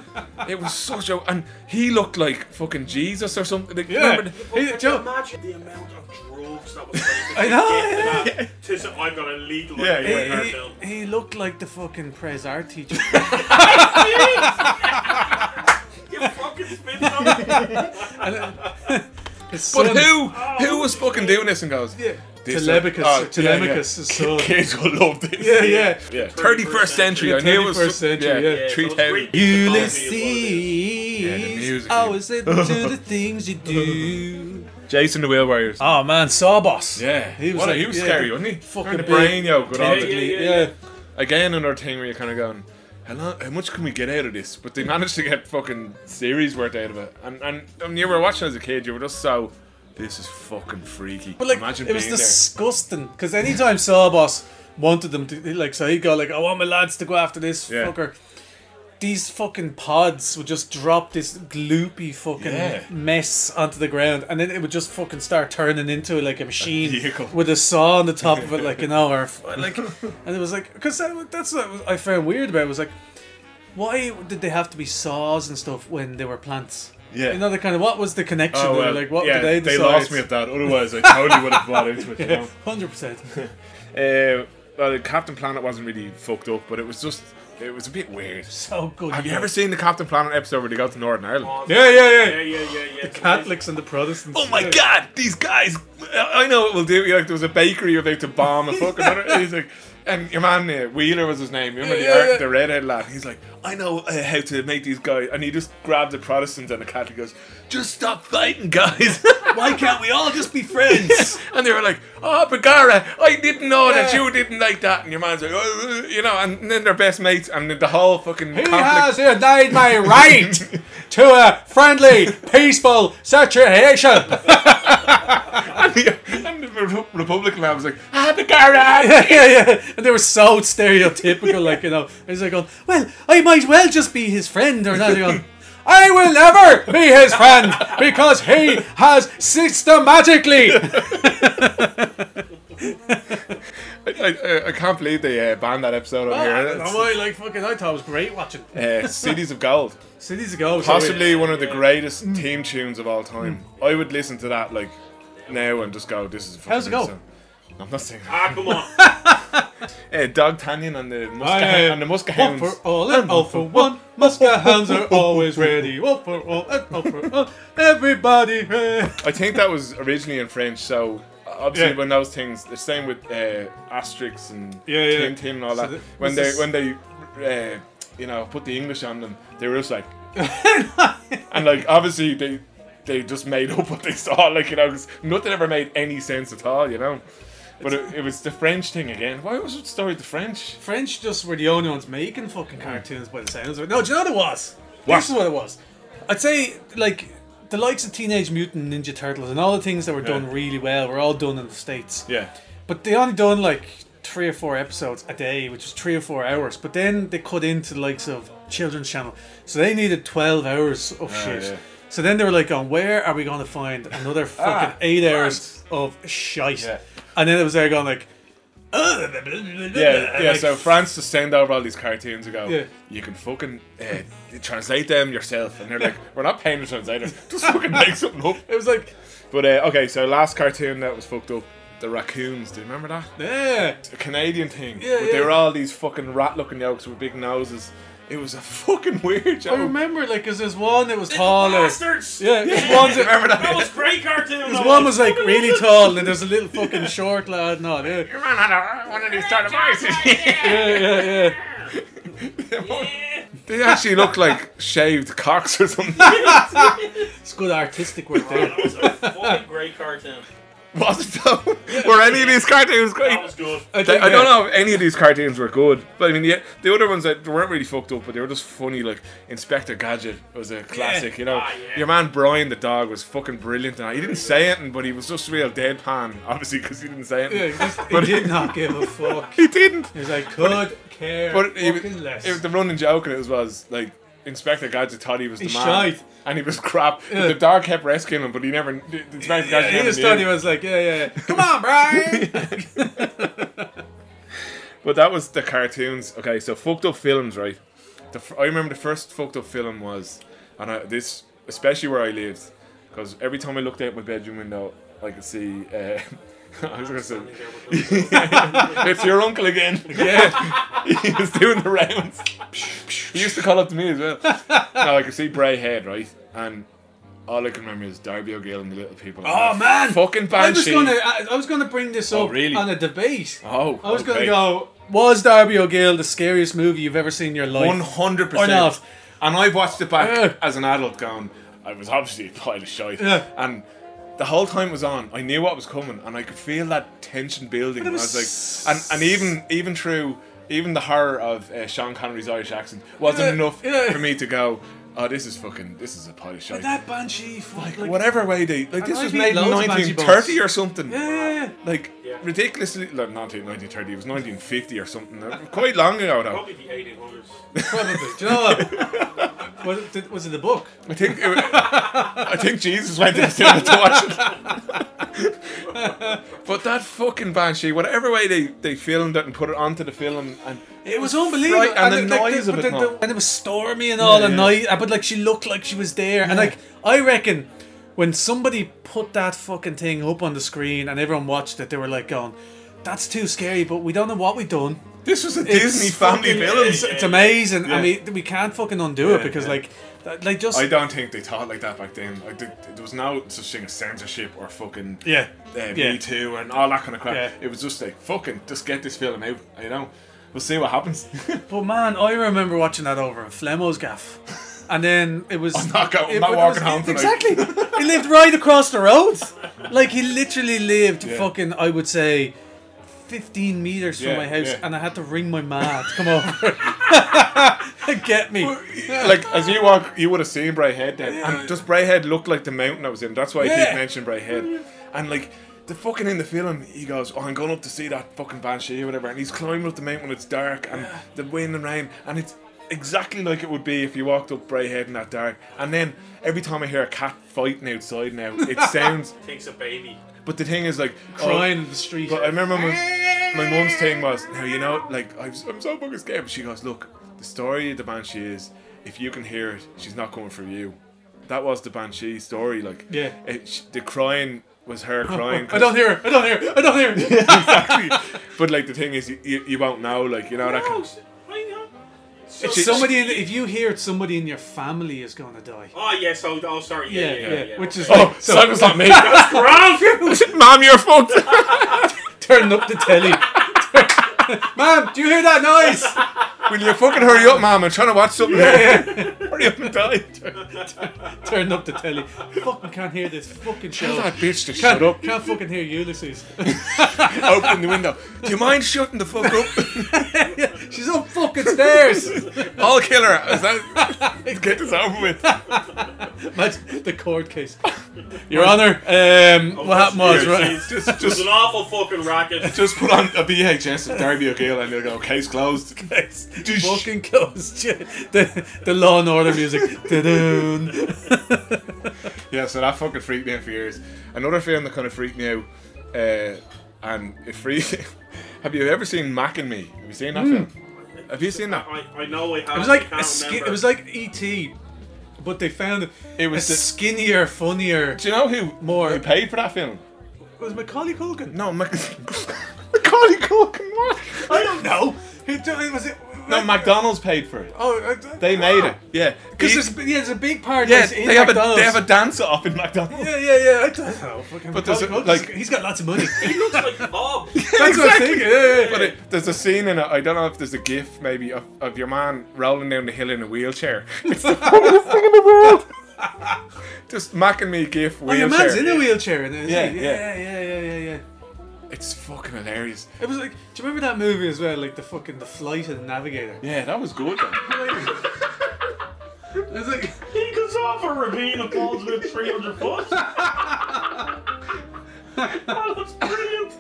Speaker 3: it was such a and he looked like fucking Jesus or something. Like,
Speaker 4: yeah,
Speaker 3: remember the-
Speaker 4: Hey, Joe.
Speaker 5: Imagine the amount of drugs that was taken.
Speaker 4: I
Speaker 5: to
Speaker 4: know,
Speaker 5: get to that, to say, I've got a legal
Speaker 3: Yeah,
Speaker 5: idea
Speaker 3: yeah,
Speaker 5: where
Speaker 4: He,
Speaker 5: I'm
Speaker 4: he- he looked like the fucking prez art teacher.
Speaker 5: going. You fucking spit something.
Speaker 4: His son, Oh,
Speaker 3: But who who was fucking doing this and goes?
Speaker 4: Yeah.
Speaker 3: "This-
Speaker 4: Telemachus,
Speaker 3: oh,
Speaker 4: Telemachus, his
Speaker 3: yeah, yeah.
Speaker 4: son.
Speaker 3: Kids will love this.
Speaker 4: Yeah, yeah.
Speaker 3: Yeah. 31st century. I knew it was
Speaker 4: 31st century, yeah.
Speaker 5: Yeah,
Speaker 3: Three
Speaker 5: those
Speaker 3: thousand.
Speaker 5: great-
Speaker 4: Ulysses. keys.
Speaker 3: music.
Speaker 4: Always into the things you do.
Speaker 3: Jason the Wheel Warriors.
Speaker 4: Oh man, Sawboss.
Speaker 3: Yeah,
Speaker 4: he was
Speaker 3: What a-
Speaker 4: like,
Speaker 3: he was
Speaker 4: yeah,
Speaker 3: scary, wasn't he?
Speaker 4: Fucking
Speaker 3: Kind of
Speaker 4: big,
Speaker 3: brain yolk with all the-
Speaker 4: technically,
Speaker 5: Yeah, yeah, yeah.
Speaker 3: Again, another thing where you're kind of going, how, long, how much can we get out of this? But they managed to get fucking series worth out of it. And and when you were watching as a kid, you were just so, this is fucking freaky.
Speaker 4: But like,
Speaker 3: Imagine
Speaker 4: it was
Speaker 3: being there.
Speaker 4: disgusting because anytime Sawboss wanted them to, like, so he'd go like, "I want my lads to go after this
Speaker 3: Yeah.
Speaker 4: fucker." These fucking pods would just drop this gloopy fucking
Speaker 3: Yeah.
Speaker 4: mess onto the ground, and then it would just fucking start turning into like a machine
Speaker 3: vehicle.
Speaker 4: with a saw on the top of it, like you know, or f- like, and it was like, because that's what I found weird about it was like, why did they have to be saws and stuff when they were plants?
Speaker 3: Yeah.
Speaker 4: you know, the kind of what was the connection?
Speaker 3: Oh,
Speaker 4: They were
Speaker 3: well,
Speaker 4: like, what
Speaker 3: yeah,
Speaker 4: did they
Speaker 3: they
Speaker 4: decide?
Speaker 3: lost me at that. Otherwise, I totally would have bought into it. You know?
Speaker 4: Hundred percent.
Speaker 3: Uh, well, Captain Planet wasn't really fucked up, but it was just it was a bit weird.
Speaker 4: So good.
Speaker 3: Have you ever seen the Captain Planet episode where they go to Northern Ireland?
Speaker 4: Yeah, yeah, yeah.
Speaker 5: yeah, yeah, yeah, yeah.
Speaker 4: Catholics and the Protestants.
Speaker 3: Oh my god, these guys! I I know what we'll do. Like there was a bakery about to bomb a fucking. other, he's like, and your man uh, Wheeler was his name. Remember
Speaker 4: Yeah,
Speaker 3: the,
Speaker 4: yeah,
Speaker 3: art,
Speaker 4: yeah.
Speaker 3: the redhead lad? He's like, I know uh, how to make these guys, and he just grabbed the Protestants and the Catholic goes, just stop fighting, guys.
Speaker 4: Why can't we all just be friends?
Speaker 3: And they were like, "Oh, Bagara, I didn't know that
Speaker 4: Yeah.
Speaker 3: you didn't like that." And your man's like, oh, uh," "You know," and then they're best mates, and the whole fucking
Speaker 4: He has
Speaker 3: conflict.
Speaker 4: denied my right to a friendly, peaceful situation.
Speaker 3: and, the, and the Re- Republican lad was like, "Ah, Bagara."
Speaker 4: yeah, yeah. And they were so stereotypical, like you know. I was like, going, "Well, I might well just be his friend or not." They're Going, I will never be his friend because he has systematically.
Speaker 3: I, I, I can't believe they uh, banned that episode on
Speaker 4: Oh, I
Speaker 3: here.
Speaker 4: don't know why, like fucking, I thought it was great watching.
Speaker 3: uh, Cities of Gold,
Speaker 4: Cities ago,
Speaker 3: possibly one of the greatest
Speaker 4: Mm.
Speaker 3: team tunes of all time. I would listen to that like now and just go, "This is." fucking
Speaker 4: How's it go?
Speaker 3: awesome." I'm not saying.
Speaker 5: Ah, come on.
Speaker 3: Uh, Dog Tanyan and the Muska
Speaker 4: yeah, yeah.
Speaker 3: and the Muska
Speaker 4: One
Speaker 3: Hounds.
Speaker 4: uh, for all and all for one. Muska hounds are always ready. One for all and all for all. Everybody. eh.
Speaker 3: I think that was originally in French, so obviously
Speaker 4: Yeah.
Speaker 3: when those things, the same with uh, asterisks and
Speaker 4: Yeah, yeah.
Speaker 3: Tim Tim and all
Speaker 4: So
Speaker 3: that.
Speaker 4: th-
Speaker 3: when they
Speaker 4: this
Speaker 3: when they uh, you know put the English on them, they were just like, and like obviously they they just made up what they saw, like you know, 'cause nothing ever made any sense at all, you know. But it, it was the French thing again. Why was it started the French?
Speaker 4: French just were the only ones making fucking cartoons by the sounds of it. No, do you know what it was?
Speaker 3: What?
Speaker 4: This is what it was. I'd say, like, the likes of Teenage Mutant Ninja Turtles and all the things that were done
Speaker 3: Yeah.
Speaker 4: really well were all done in the States.
Speaker 3: Yeah,
Speaker 4: But they only done like three or four episodes a day, which was three or four hours. But then they cut into the likes of Children's Channel. So they needed 12 hours of shit.
Speaker 3: Ah, yeah.
Speaker 4: So then they were like, "On where are we going to find another fucking
Speaker 3: Ah,
Speaker 4: eight hours of shite?
Speaker 3: Yeah.
Speaker 4: And then it was there going like,
Speaker 3: yeah,
Speaker 4: yeah,
Speaker 3: yeah. so France just send over all these cartoons and go,
Speaker 4: Yeah.
Speaker 3: you can fucking uh, translate them yourself, and they're like, we're not paying the translators, just fucking make something up.
Speaker 4: It was like,
Speaker 3: But uh, okay, so last cartoon that was fucked up, the raccoons. Do you remember that?
Speaker 4: yeah,
Speaker 3: It's a Canadian thing.
Speaker 4: Yeah,
Speaker 3: but
Speaker 4: yeah.
Speaker 3: they were all these fucking rat-looking yokes with big noses. It was a fucking weird
Speaker 4: I
Speaker 3: joke.
Speaker 4: remember like, cause there's one that was taller.
Speaker 5: Bastards!
Speaker 4: Yeah, there's one that,
Speaker 3: remember that?
Speaker 5: That was great cartoon.
Speaker 4: there's one was like really tall, and there's a little fucking short lad. No, yeah,
Speaker 3: Your man had a, one of these sort of voices.
Speaker 4: yeah, yeah. yeah.
Speaker 3: they actually looked like shaved cocks or something.
Speaker 4: It's good artistic work there.
Speaker 5: That was a fucking great cartoon.
Speaker 3: was it though? Were any of these cartoons great?
Speaker 5: That was good.
Speaker 3: They-
Speaker 4: think
Speaker 3: I don't
Speaker 4: that-
Speaker 3: know if any of these cartoons were good, but I mean, the, the other ones that weren't really fucked up, but they were just funny. Like Inspector Gadget was a classic, you know.
Speaker 5: Ah, yeah.
Speaker 3: Your man Brian the dog was fucking brilliant. And he didn't say anything, but he was just real deadpan, obviously, because he didn't say
Speaker 4: Yeah,
Speaker 3: anything.
Speaker 4: he just- he
Speaker 3: But-
Speaker 4: did not give a fuck.
Speaker 3: He didn't.
Speaker 4: He was like, could
Speaker 3: But
Speaker 4: care
Speaker 3: But he,
Speaker 4: fucking
Speaker 3: was-
Speaker 4: less.
Speaker 3: it- the running joke in it was like. Inspector Gadget thought he was the
Speaker 4: He's
Speaker 3: man,
Speaker 4: shite.
Speaker 3: and he was crap. But
Speaker 4: Yeah.
Speaker 3: the dog kept rescuing him, but he never. the Inspector Gadget
Speaker 4: yeah, he
Speaker 3: never
Speaker 4: just
Speaker 3: did.
Speaker 4: thought he was like, yeah, yeah, yeah. Come on, Brian!
Speaker 3: But that was the cartoons. Okay, so fucked up films, right? The f- I remember the first fucked up film was, and I, this especially where I lived, because every time I looked out my bedroom window, I could see. Uh, I was gonna say, it's your uncle again.
Speaker 4: yeah.
Speaker 3: he was doing the rounds. he used to call up to me as well. Now I could see Bray Head, right? And all I can remember is Darby O'Gill and the Little People.
Speaker 4: Oh, man!
Speaker 3: Fucking
Speaker 4: I was
Speaker 3: Banshee. Oh,
Speaker 4: gonna, I, I was gonna bring this up
Speaker 3: really?
Speaker 4: on a debate.
Speaker 3: Oh,
Speaker 4: I was
Speaker 3: okay.
Speaker 4: gonna go, was Darby O'Gill the scariest movie you've ever seen in your life?
Speaker 3: One hundred
Speaker 4: or
Speaker 3: percent.
Speaker 4: not?
Speaker 3: And I watched it back
Speaker 4: Yeah.
Speaker 3: as an adult going, I was obviously a pile of shite.
Speaker 4: Yeah.
Speaker 3: And the whole time it was on, I knew what was coming and I could feel that tension building. And I
Speaker 4: was
Speaker 3: was like, and, and even even through, even the horror of uh, Sean Connery's Irish accent wasn't
Speaker 4: Yeah,
Speaker 3: enough
Speaker 4: yeah.
Speaker 3: for me to go, oh, this is fucking, this is a pile of shite.
Speaker 4: That banshee, fuck,
Speaker 3: like,
Speaker 4: like-
Speaker 3: whatever way they, like this
Speaker 4: I've
Speaker 3: was
Speaker 4: eaten
Speaker 3: made in
Speaker 4: loads of Banshee balls.
Speaker 3: 1930 or something.
Speaker 4: Yeah, yeah, yeah.
Speaker 3: Like ridiculously, like not 1930, it was 1950 or something. uh, Quite long ago though.
Speaker 5: Probably the 1800s.
Speaker 4: probably. Do you know what? was, it, did- was it the book?
Speaker 3: I think it, I think Jesus went to the cinema to watch it. but that fucking banshee, whatever way they, they filmed it and put it onto the film, and
Speaker 4: It was unbelievable.
Speaker 3: Fright- and the
Speaker 4: like,
Speaker 3: noise of
Speaker 4: but
Speaker 3: it
Speaker 4: the-
Speaker 3: and
Speaker 4: the-
Speaker 3: all.
Speaker 4: and it was stormy and all the
Speaker 3: yeah.
Speaker 4: night. uh, But like she looked like she was there. And like I reckon when somebody put that fucking thing up on the screen and everyone watched it, they were like going, "That's too scary." But we don't know what we done.
Speaker 3: this was a
Speaker 4: It's
Speaker 3: Disney family
Speaker 4: fucking-
Speaker 3: film.
Speaker 4: It's, it's amazing. I
Speaker 3: Yeah.
Speaker 4: mean, we can't fucking undo it because like, that- like just
Speaker 3: I don't think they thought like that back then. Like there there was no such thing as censorship or fucking
Speaker 4: Yeah.
Speaker 3: uh,
Speaker 4: Yeah.
Speaker 3: Me Too and all that kind of crap.
Speaker 4: Yeah.
Speaker 3: It was just like fucking just get this film out. You know, we'll see what happens.
Speaker 4: But man, I remember watching that over in Flemo's gaff. And then it was.
Speaker 3: I'm not going- I'm
Speaker 4: it-
Speaker 3: not
Speaker 4: it
Speaker 3: walking home tonight.
Speaker 4: Exactly. he lived right across the road. Like, he literally lived
Speaker 3: Yeah.
Speaker 4: fucking, I would say, 15 meters from
Speaker 3: Yeah,
Speaker 4: my house.
Speaker 3: yeah.
Speaker 4: And I had to ring my ma to come over and get me.
Speaker 3: like as you walk, you would have seen Brayhead then, and just Brayhead looked like the mountain I was in. That's why I
Speaker 4: Yeah.
Speaker 3: keep mentioning Brayhead, and like. The fucking in the film, he goes, "Oh, I'm going up to see that fucking banshee or whatever," and he's climbing up the mountain. when It's dark and the wind and rain, and it's exactly like it would be if you walked up Brayhead in that dark. And then every time I hear a cat fighting outside now, it sounds.
Speaker 5: Takes a baby.
Speaker 3: But the thing is, like, oh,
Speaker 4: Crying in the street.
Speaker 3: but I remember my, my mum's thing was, now you know, like I was, I'm so fucking scared. But she goes, look, the story of the banshee is, if you can hear it, she's not coming for you. That was the banshee story. Like,
Speaker 4: Yeah.
Speaker 3: it, sh the crying was her crying.
Speaker 4: I don't hear it. I don't hear it. I don't hear it.
Speaker 3: exactly. But like the thing is, you, you, you won't know. Like you know that. Kind
Speaker 5: No, s- Oh, why not? So,
Speaker 3: It's just-
Speaker 4: Somebody, in the, if you hear it, somebody in your family is going to die.
Speaker 5: oh yeah, so oh sorry, yeah, yeah, yeah. yeah,
Speaker 4: Which is
Speaker 3: oh,
Speaker 4: like,
Speaker 3: so that was not me. That's wrong. Mom, you're fucked.
Speaker 4: turning up the telly. Mom, do you hear that noise?
Speaker 3: Will you fucking hurry up, Mom? I'm trying to watch something. Yeah, Oh. hurry up and die.
Speaker 4: Turn up the telly. Fucking can't hear this fucking
Speaker 3: Tell
Speaker 4: show.
Speaker 3: that bitch to
Speaker 4: Can't,
Speaker 3: shut up.
Speaker 4: can't fucking hear Ulysses.
Speaker 3: Open the window. Do you mind shutting the fuck up?
Speaker 4: She's up fucking stairs.
Speaker 3: I'll kill her. Is that- get this over with.
Speaker 4: Imagine the court case. Your Honor, um,
Speaker 5: Oh,
Speaker 4: what happened was right.
Speaker 5: It's
Speaker 3: Just,
Speaker 5: just
Speaker 3: just,
Speaker 5: an awful fucking racket.
Speaker 3: just put on a VHS of Darby O'Gill and they'll go, case closed. Case.
Speaker 4: Fucking closed. The, the Law and Order music. Da-doon.
Speaker 3: Yeah, so that fucking freaked me out for years. Another film that kind of freaked me out, uh, and it freaked. Have you ever seen Mac and Me? Have you seen that film? Have you seen that?
Speaker 5: I, I know I have.
Speaker 4: It was like
Speaker 5: I
Speaker 4: a
Speaker 5: can't
Speaker 4: ski-
Speaker 5: remember.
Speaker 4: it was like ET, but they found it.
Speaker 3: It was
Speaker 4: a
Speaker 3: the-
Speaker 4: skinnier, funnier.
Speaker 3: Do you know who
Speaker 4: More.
Speaker 3: who paid for that film?
Speaker 4: It was Macaulay Culkin.
Speaker 3: No, Mac- Macaulay Culkin. What?
Speaker 4: I don't know. Who do- was it?
Speaker 3: No, McDonald's paid for it.
Speaker 4: Oh, I-
Speaker 3: They made it. Yeah,
Speaker 4: Because there's, yeah, there's a big part.
Speaker 3: yeah,
Speaker 4: that's in
Speaker 3: they have a
Speaker 4: McDonald's.
Speaker 3: they have a dance off in McDonald's.
Speaker 4: Yeah, yeah, yeah. I don't know. Fucking
Speaker 3: But there's a-
Speaker 4: Hulk-
Speaker 3: like-
Speaker 4: he's got lots of money.
Speaker 5: He looks like oh. Bob.
Speaker 4: That's what I'm
Speaker 3: Exactly.
Speaker 4: thinking, yeah, yeah, yeah.
Speaker 3: But it, there's a scene in it. I don't know if there's a gif maybe of, of your man rolling down the hill in a wheelchair. It's the funniest thing in the world. Just Mac and me gif
Speaker 4: Oh,
Speaker 3: wheelchair.
Speaker 4: your man's in a wheelchair, and
Speaker 3: Yeah,
Speaker 4: yeah, yeah, yeah, yeah, yeah, yeah.
Speaker 3: It's fucking hilarious.
Speaker 4: It was like, do you remember that movie as well, like the fucking the flight of the navigator?
Speaker 3: Yeah, that was good.
Speaker 4: It was like,
Speaker 5: He goes off a ravine and falls with 300 foot. that looks brilliant.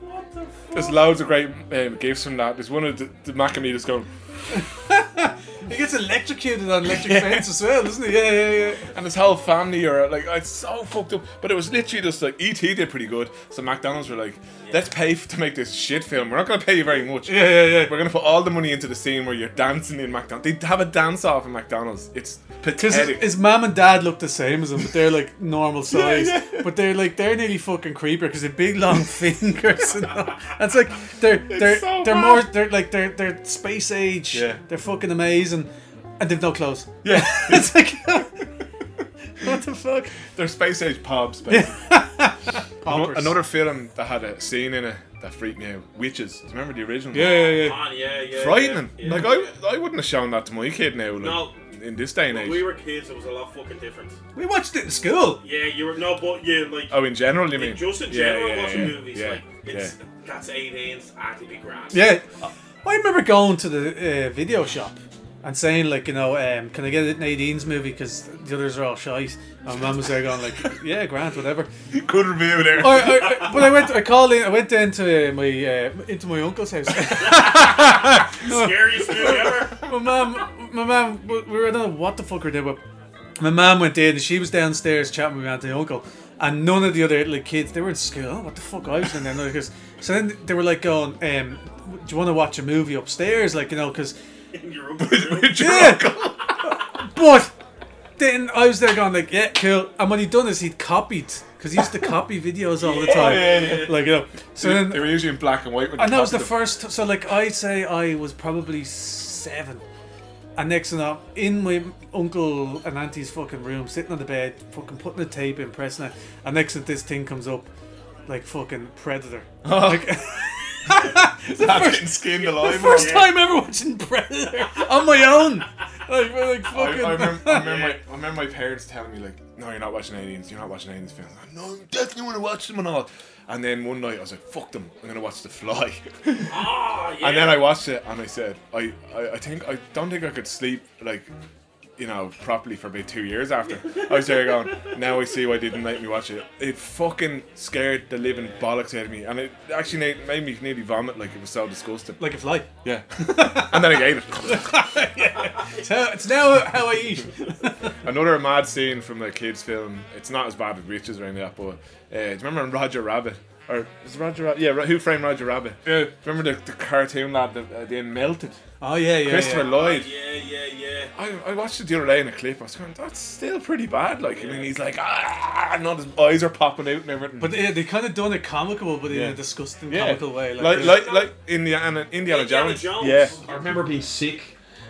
Speaker 5: What the fuck?
Speaker 3: There's loads of great um, gifs from that. There's one of the, the Mac and me that's going,
Speaker 4: he gets electrocuted on electric fence as well, doesn't he? Yeah, yeah, yeah.
Speaker 3: and his whole family are like, it's so fucked up. But it was literally just like ET did pretty good. So McDonald's were like, let's pay f- to make this shit film. We're not gonna pay you very much.
Speaker 4: Yeah, yeah, yeah.
Speaker 3: We're gonna put all the money into the scene where you're dancing in McDonald's. They have a dance off in McDonald's. It's
Speaker 4: His,
Speaker 3: pathetic.
Speaker 4: his mom and dad look the same as him, but they're like normal size.
Speaker 3: yeah.
Speaker 4: But they're like they're nearly fucking creeper because they have big long fingers. And all. And it's like they're they're
Speaker 3: so
Speaker 4: they're
Speaker 3: bad.
Speaker 4: more they're like they're they're space age.
Speaker 3: Yeah.
Speaker 4: They're fucking amazing, and they've no clothes.
Speaker 3: yeah,
Speaker 4: It's like what the fuck?
Speaker 3: they're space age pubs. basically. Ano-
Speaker 4: Poppers.
Speaker 3: Another film that had a scene in it that freaked me out. Witches. Do you remember the original?
Speaker 4: yeah yeah yeah.
Speaker 5: Man, yeah, yeah.
Speaker 3: Frightening.
Speaker 5: Yeah, yeah,
Speaker 3: like
Speaker 5: yeah.
Speaker 3: I, I wouldn't have shown that to my kid now. Like,
Speaker 5: No.
Speaker 3: You in this day and age.
Speaker 1: When we were kids, it was a lot fucking different.
Speaker 4: We watched it in school.
Speaker 1: Yeah, you were no, but yeah, like
Speaker 3: oh, in general, you mean?
Speaker 1: just in
Speaker 3: Yeah,
Speaker 1: general,
Speaker 3: yeah,
Speaker 1: watching
Speaker 3: yeah,
Speaker 1: movies
Speaker 3: yeah,
Speaker 1: like it's
Speaker 3: yeah.
Speaker 1: that's eighteen, it's actually be grand.
Speaker 4: Yeah. I remember going to the uh, video shop and saying, like, you know, um, can I get it Nadine's movie? Because the others are all shite. And mum was there going, like, yeah, Grant, whatever.
Speaker 3: Good review there.
Speaker 4: Or, or, or- but I went, I called in, I went down to my, uh, into my uncle's house.
Speaker 1: Scariest movie ever.
Speaker 4: my mum, my mum, we were, I don't know what the fuck we did, but my mum went in and she was downstairs chatting with my auntie and uncle. And none of the other like kids, they were in school. Oh, what the fuck? I was in there. no, 'cause- So then they were like going, um, "Do you want to watch a movie upstairs?" Like you know, because
Speaker 1: In your own room.
Speaker 4: Yeah. but then I was there going like, yeah, cool. And what he done is he copied because he used to copy videos all the time,
Speaker 3: yeah, yeah.
Speaker 4: like you know. So
Speaker 3: they, they
Speaker 4: then,
Speaker 3: were usually in black and white. When
Speaker 4: and
Speaker 3: you
Speaker 4: that was the
Speaker 3: copied them.
Speaker 4: first. So like, I say I was probably seven. And next thing up, in my uncle and auntie's fucking room, sitting on the bed, fucking putting the tape in, pressing it. And next thing this thing comes up, like fucking predator. Like,
Speaker 3: That's getting skinned alive.
Speaker 4: First
Speaker 3: man.
Speaker 4: time ever watching Predator on my own. Like, we're like
Speaker 3: I,
Speaker 4: fucking.
Speaker 3: I, remember, I, remember my, I remember my parents telling me like, "No, you're not watching aliens. You're not watching aliens films." I'm like, no, I definitely want to watch them and all. And then one night I was like, "Fuck them! I'm gonna watch The Fly."
Speaker 1: Ah, yeah.
Speaker 3: And then I watched it and I said, I, I, I think I don't think I could sleep like you know, properly for about two years after. I was there going, now I see why they didn't make me watch it. It fucking scared the living bollocks out of me and it actually made, made me nearly vomit like it was so disgusting.
Speaker 4: like a fly.
Speaker 3: Yeah. and then I ate it.
Speaker 4: It's, how, it's now how I eat.
Speaker 3: Another mad scene from a kid's film. It's not as bad as Witches or anything like that, but uh, do you remember in Roger Rabbit? Or was it Roger Rabbit? Yeah, Ro- Who Framed Roger Rabbit? Yeah. Remember the, the cartoon lad that uh, they melted?
Speaker 4: Oh yeah, yeah.
Speaker 3: Christopher
Speaker 4: yeah.
Speaker 3: Lloyd.
Speaker 1: Ah, Yeah, yeah, yeah.
Speaker 3: I, I watched it the other day in a clip. I was going, that's still pretty bad. Like, I mean, he's like, ah, and all his eyes are popping out and everything.
Speaker 4: But yeah, they kind of done it comical, but
Speaker 3: Yeah.
Speaker 4: in a disgusting
Speaker 3: yeah,
Speaker 4: comical way.
Speaker 3: like, like, like, Indiana, Indiana,
Speaker 1: Indiana
Speaker 3: Jones.
Speaker 1: Jones.
Speaker 3: Yeah,
Speaker 5: I remember being sick.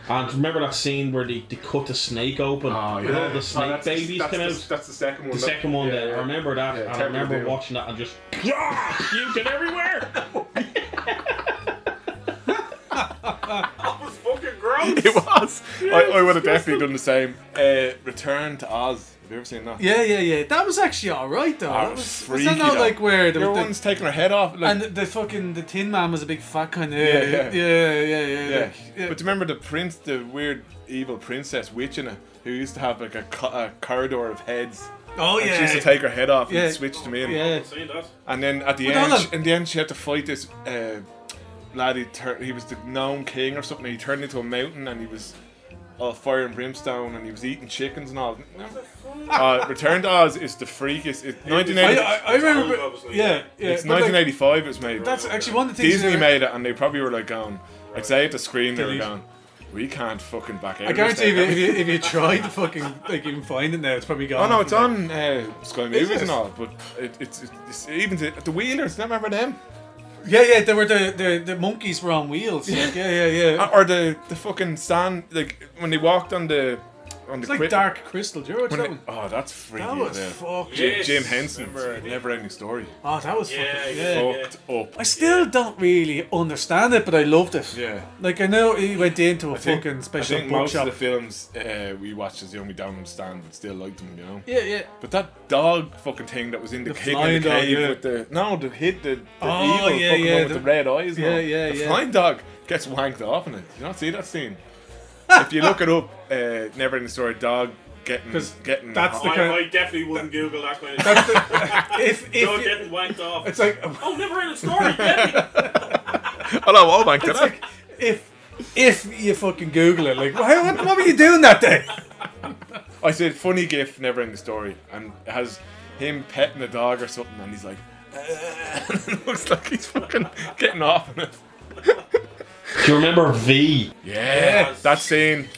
Speaker 5: And remember that scene where they, they cut the snake open and all Oh, the snake babies
Speaker 3: Oh, that's
Speaker 5: came
Speaker 3: the,
Speaker 5: out?
Speaker 3: That's the second one.
Speaker 5: The
Speaker 3: look.
Speaker 5: second one,
Speaker 3: Yeah,
Speaker 5: then.
Speaker 3: yeah.
Speaker 5: I remember that.
Speaker 3: Yeah,
Speaker 5: and I
Speaker 3: terrible
Speaker 5: remember
Speaker 3: deal.
Speaker 5: watching that and just puking everywhere.
Speaker 1: That was fucking gross.
Speaker 3: It was. I, I would have definitely done the same. Uh, Return to Oz. Have you ever seen that?
Speaker 4: yeah, yeah, yeah. That was actually all right though.
Speaker 3: That
Speaker 4: That
Speaker 3: was
Speaker 4: was, was
Speaker 3: freaky.
Speaker 4: that not
Speaker 3: though.
Speaker 4: like where the,
Speaker 3: Your
Speaker 4: the-
Speaker 3: one's taking her head off. Like,
Speaker 4: and the, the fucking the Tin Man was a big fat kind of
Speaker 3: Yeah,
Speaker 4: yeah,
Speaker 3: yeah.
Speaker 4: yeah, yeah, yeah. yeah,
Speaker 3: yeah.
Speaker 4: yeah.
Speaker 3: But do you remember the prince, the weird evil princess witch in it, who used to have like a, co- a corridor of heads.
Speaker 4: oh
Speaker 3: And
Speaker 4: yeah.
Speaker 3: She used to take her head off
Speaker 4: Yeah.
Speaker 3: and switch them in.
Speaker 4: yeah.
Speaker 1: I've seen that.
Speaker 3: And then at the
Speaker 4: But
Speaker 3: end,
Speaker 4: hold
Speaker 3: she,
Speaker 4: on.
Speaker 3: in the end, she had to fight this uh, lad. He, tur- he was the gnome king or something. He turned into a mountain and he was all fire and brimstone and he was eating chickens and all. Uh, Return to Oz is the freakiest. It's
Speaker 4: I,
Speaker 3: 1980,
Speaker 4: I, I remember.
Speaker 1: old, obviously.
Speaker 4: yeah, yeah.
Speaker 3: it's
Speaker 4: but, like,
Speaker 3: 1985. it was made.
Speaker 4: that's actually one of the things.
Speaker 3: Disney
Speaker 4: that-
Speaker 3: made it, and they probably were like going. I'd say at the screen they were
Speaker 4: Delete.
Speaker 3: going. We can't fucking back out.
Speaker 4: I
Speaker 3: of this
Speaker 4: guarantee if
Speaker 3: now,
Speaker 4: you,
Speaker 3: can
Speaker 4: if
Speaker 3: we?"
Speaker 4: you if you tried to fucking like even find it now, it's probably
Speaker 3: Oh
Speaker 4: gone.
Speaker 3: no, it's on uh, Sky Movies
Speaker 4: it?
Speaker 3: and all, but it, it's, it's, it's even the, the Wheelers. Remember them?
Speaker 4: Yeah, yeah, they were the the, the monkeys were on wheels. Like, yeah, yeah, yeah.
Speaker 3: Uh, Or the the fucking sand, like when they walked on the on the
Speaker 4: It's like
Speaker 3: quit-
Speaker 4: Dark Crystal. Do you remember
Speaker 3: when
Speaker 4: that
Speaker 3: they,
Speaker 4: one?
Speaker 3: oh, that's freaky.
Speaker 4: That was
Speaker 3: yeah.
Speaker 4: fucked.
Speaker 1: Yeah.
Speaker 3: J- Jim Henson,
Speaker 1: Remember-
Speaker 3: never ending story.
Speaker 4: Oh, that was
Speaker 1: Yeah,
Speaker 4: fucking.
Speaker 1: yeah.
Speaker 4: Yeah.
Speaker 3: Fucked up.
Speaker 4: I still don't really understand it, but I loved it.
Speaker 3: Yeah.
Speaker 4: Like I know he went into a
Speaker 3: I think-
Speaker 4: fucking
Speaker 3: I
Speaker 4: special
Speaker 3: think most
Speaker 4: bookshop.
Speaker 3: of the films uh, we watched as young we don't understand, but still liked them, you know.
Speaker 4: yeah, yeah.
Speaker 3: But that dog fucking thing that was in the,
Speaker 4: The
Speaker 3: king in
Speaker 4: flying
Speaker 3: the
Speaker 4: dog,
Speaker 3: cave
Speaker 4: yeah.
Speaker 3: with the no, the hit the, the
Speaker 4: Oh,
Speaker 3: evil
Speaker 4: yeah,
Speaker 3: fucking
Speaker 4: yeah,
Speaker 3: one with the,
Speaker 4: the-
Speaker 3: red eyes. and
Speaker 4: yeah,
Speaker 3: all.
Speaker 4: yeah,
Speaker 3: The
Speaker 4: yeah.
Speaker 3: flying dog gets wanked off in it. You not see that scene? if you look it up, uh, never in the story, dog getting
Speaker 4: 'Cause
Speaker 3: getting
Speaker 4: that's the
Speaker 1: I,
Speaker 4: kind-
Speaker 1: I definitely wouldn't Google that kind of
Speaker 4: That's the- if if
Speaker 1: Dog
Speaker 4: you,
Speaker 1: getting wanked off.
Speaker 4: it's like
Speaker 1: oh, never in a story. yeah.
Speaker 3: Hello, all banked it
Speaker 4: it's like if if you fucking Google it, like why, what, what were you doing that day?
Speaker 3: I said funny gif, never in the story, and it has him petting a dog or something, and he's like, it looks like he's fucking getting off on it.
Speaker 5: Do you remember V?
Speaker 3: Yeah, that scene.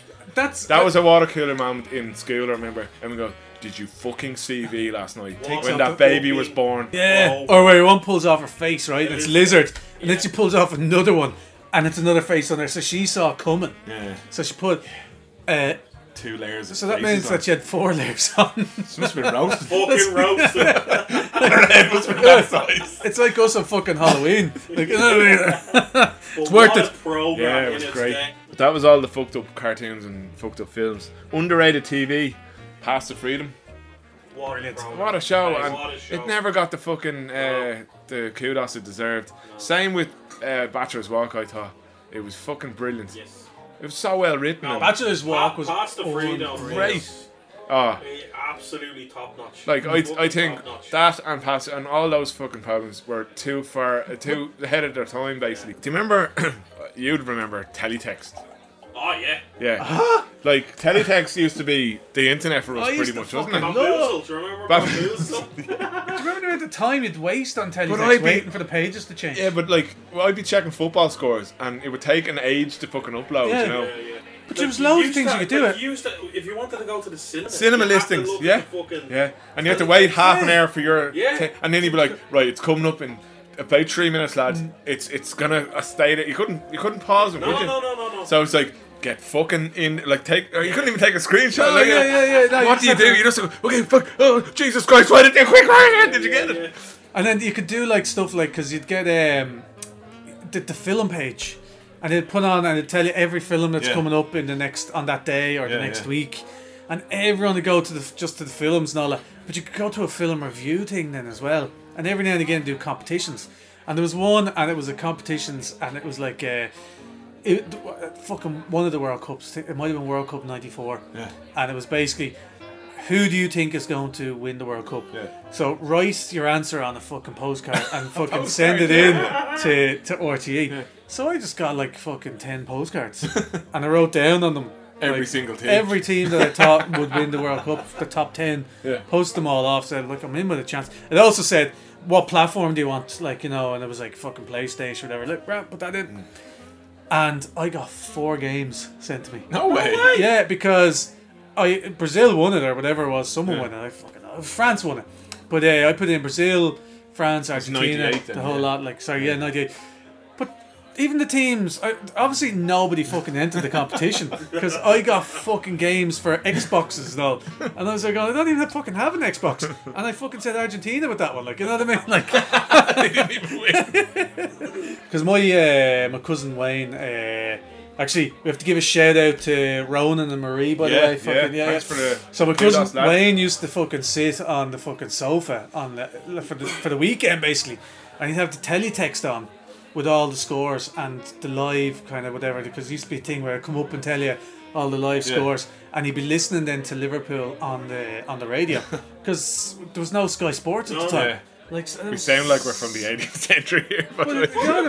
Speaker 4: That's
Speaker 3: That was a water cooler moment in school. I remember, and we go, "Did you fucking see V last night when
Speaker 4: off
Speaker 3: that
Speaker 4: the
Speaker 3: baby was
Speaker 1: fucking-
Speaker 3: born?"
Speaker 4: Yeah.
Speaker 1: Oh.
Speaker 4: Or where one pulls off her face, right? And it's lizard. And then she pulls off another one. And it's another face on her. So she saw it coming.
Speaker 3: Yeah,
Speaker 4: So she put. Uh,
Speaker 3: two layers. Of
Speaker 4: so that
Speaker 3: faces
Speaker 4: means that she had four layers on.
Speaker 3: on. She must have been roasted.
Speaker 1: Fucking roasted.
Speaker 3: Her head must have been that size.
Speaker 4: it's like us on fucking Halloween. Like, you know what I mean?
Speaker 1: It's
Speaker 4: worth
Speaker 1: what
Speaker 4: it.
Speaker 1: A program
Speaker 3: Yeah, it
Speaker 1: in
Speaker 3: was
Speaker 1: its
Speaker 3: great.
Speaker 1: day.
Speaker 3: But that was all the fucked up cartoons and fucked up films. Underrated TV, Past the Freedom.
Speaker 1: What, a program.
Speaker 3: What a show!
Speaker 1: Hey,
Speaker 3: and
Speaker 1: what a show.
Speaker 3: It never got the fucking uh, the kudos it deserved. Same with uh, Bachelor's Walk. I thought it was fucking brilliant.
Speaker 1: Yes.
Speaker 3: It was so well written. and-
Speaker 4: Bachelor's Walk
Speaker 1: Pa-
Speaker 4: was
Speaker 1: Past the Freedom.
Speaker 4: unreal.
Speaker 3: Great.
Speaker 1: is
Speaker 3: Ah,
Speaker 1: a- Absolutely top notch.
Speaker 3: like I, I think
Speaker 1: Top notch.
Speaker 3: that and Past and all those fucking problems were too far, uh, too ahead of their time. Basically, do you remember? uh, you'd remember teletext.
Speaker 1: Oh yeah.
Speaker 3: Yeah.
Speaker 1: Uh-huh.
Speaker 3: Like teletext used to be the internet for us,
Speaker 4: I
Speaker 3: pretty
Speaker 4: used to
Speaker 3: much, wasn't it?
Speaker 4: fucking love
Speaker 1: Bamboozled. Do you remember
Speaker 3: Bam-
Speaker 1: Bamboozled?
Speaker 4: Do you remember the amount of time you'd waste on
Speaker 3: I'd
Speaker 4: teletext
Speaker 3: be-
Speaker 4: waiting for the pages to change?
Speaker 3: Yeah, but like, well, I'd be checking football scores, and it would take an age to fucking upload.
Speaker 4: Yeah.
Speaker 3: You know.
Speaker 1: Yeah, yeah.
Speaker 4: But there
Speaker 1: Like,
Speaker 4: was loads of
Speaker 1: used
Speaker 4: things
Speaker 1: to-
Speaker 4: you could do
Speaker 1: like,
Speaker 4: it.
Speaker 1: you used to- if you wanted to go to the cinema,
Speaker 3: Cinema
Speaker 1: you had to
Speaker 3: listings,
Speaker 1: look at
Speaker 3: yeah.
Speaker 1: the fucking-
Speaker 3: Yeah, and you have to wait half an hour for your.
Speaker 1: Yeah.
Speaker 3: ta- and then you'd be like, right, it's coming up in about three minutes, lads. It's it's gonna uh, stay there. You couldn't you couldn't pause it,
Speaker 1: Mm. No,
Speaker 3: would you?
Speaker 1: no, no, no, no.
Speaker 3: So it's like get fucking in, like take. uh, You couldn't even take a screenshot.
Speaker 4: Oh,
Speaker 3: like,
Speaker 4: yeah,
Speaker 3: uh,
Speaker 4: yeah, yeah, no, you
Speaker 3: what do you
Speaker 4: just
Speaker 3: do?
Speaker 4: have
Speaker 3: You just go, okay, fuck. Oh, Jesus Christ! Why did they quick right in? Did you get
Speaker 1: Yeah,
Speaker 3: it?
Speaker 1: yeah.
Speaker 4: And then you could do like stuff like because you'd get um the, the film page, and it'd put on and it'd tell you every film that's
Speaker 3: Yeah.
Speaker 4: coming up in the next on that day or the
Speaker 3: Yeah,
Speaker 4: next
Speaker 3: yeah.
Speaker 4: week, and everyone would go to the just to the films and all that. But you could go to a film review thing then as well, and every now and again do competitions. And there was one, and it was a competitions, and it was like. Uh, it, uh, fucking one of the World Cups. It might have been World Cup '94. Yeah. And it was basically, who do you think is going to win the World Cup? Yeah. So write your answer on a fucking postcard and fucking send it in to to RTE. So I just got like fucking ten postcards, and I wrote down on them.
Speaker 3: Every
Speaker 4: like,
Speaker 3: single team.
Speaker 4: Every team that I thought would win the World Cup, the top ten,
Speaker 3: Yeah.
Speaker 4: post them all off. Said, look, I'm in with a chance. It also said, what platform do you want? Like, you know, and it was like fucking PlayStation, or whatever. Look, right, put that in. And I got four games sent to me.
Speaker 3: No way.
Speaker 4: Yeah, because I Brazil won it or whatever it was. Someone won it. I fucking France won it. But uh, I put in Brazil, France, Argentina,
Speaker 3: 98
Speaker 4: the
Speaker 3: then,
Speaker 4: whole
Speaker 3: yeah.
Speaker 4: lot. Like sorry, yeah, ninety eight. But even the teams, I, obviously nobody fucking entered the competition because I got fucking games for Xboxes though, and I was like, "Oh, I don't even fucking have an Xbox, and I fucking said Argentina with that one. Like you know what I mean? Like
Speaker 3: They didn't even win.
Speaker 4: because my uh, my cousin Wayne. Uh, Actually, we have to give a shout out to Ronan and Marie, by
Speaker 3: Yeah,
Speaker 4: the way.
Speaker 3: yeah,
Speaker 4: Fucking, yeah,
Speaker 3: thanks
Speaker 4: yeah.
Speaker 3: for the
Speaker 4: so my
Speaker 3: kudos,
Speaker 4: cousin
Speaker 3: lads.
Speaker 4: Wayne used to fucking sit on the fucking sofa on the, for the for the weekend basically, and he'd have the teletext on with all the scores and the live kind of whatever because it used to be a thing where I come up and tell you all the live scores, and he'd be listening then to Liverpool on the on the radio because there was no Sky Sports at
Speaker 1: No,
Speaker 4: the time.
Speaker 3: Oh, yeah.
Speaker 4: Like so-
Speaker 3: We sound like we're from the 18th century here. By the way.
Speaker 4: Well, you know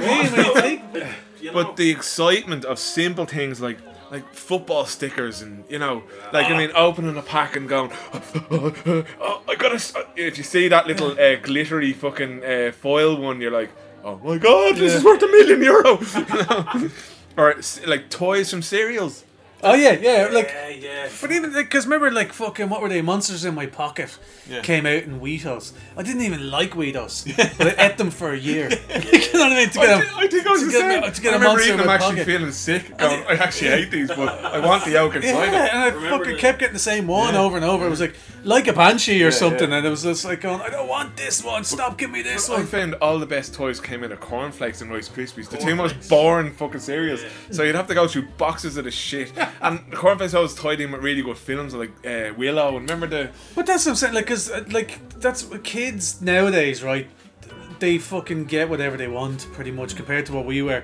Speaker 4: what I mean? When you take-
Speaker 1: You know,
Speaker 3: But the excitement of simple things like like football stickers and you know, like I
Speaker 4: Ah.
Speaker 3: mean, opening a pack and going, oh, I gotta. s-" If you see that little uh, glittery fucking uh, foil one, you're like, oh my god, this is worth a million euro. You know? or s- like toys from cereals.
Speaker 4: Oh yeah, yeah. Like,
Speaker 1: yeah, yeah.
Speaker 4: but even because remember, like fucking what were they? Monsters in my pocket came out in Weetos. I didn't even like Weetos, but I ate them for a year. you know what I mean? To
Speaker 3: I, thi-
Speaker 4: get them.
Speaker 3: I think I was
Speaker 4: to
Speaker 3: the
Speaker 4: get
Speaker 3: same.
Speaker 4: a- to get
Speaker 3: I
Speaker 4: a
Speaker 3: remember
Speaker 4: monster
Speaker 3: eating
Speaker 4: in
Speaker 3: them
Speaker 4: my
Speaker 3: actually
Speaker 4: pocket.
Speaker 3: feeling sick. Going, I actually hate these, but I want the yolk inside
Speaker 4: Yeah,
Speaker 3: it.
Speaker 4: and I
Speaker 1: Remember
Speaker 4: fucking
Speaker 1: the-
Speaker 4: kept getting the same one over and over. It was like like a banshee or something,
Speaker 3: yeah.
Speaker 4: and it was just like going, "I don't want this one. Stop giving me this
Speaker 3: I
Speaker 4: one."
Speaker 3: found all the best toys came in a cornflakes and Rice Krispies, the two most boring fucking cereals. So you'd have to go through boxes of the shit. and the cornflakes always tied in with really good films like uh, Willow. And remember the
Speaker 4: But that's what I'm saying. Like, cause uh, like that's what kids nowadays, right? They fucking get whatever they want, pretty much, compared to what we were.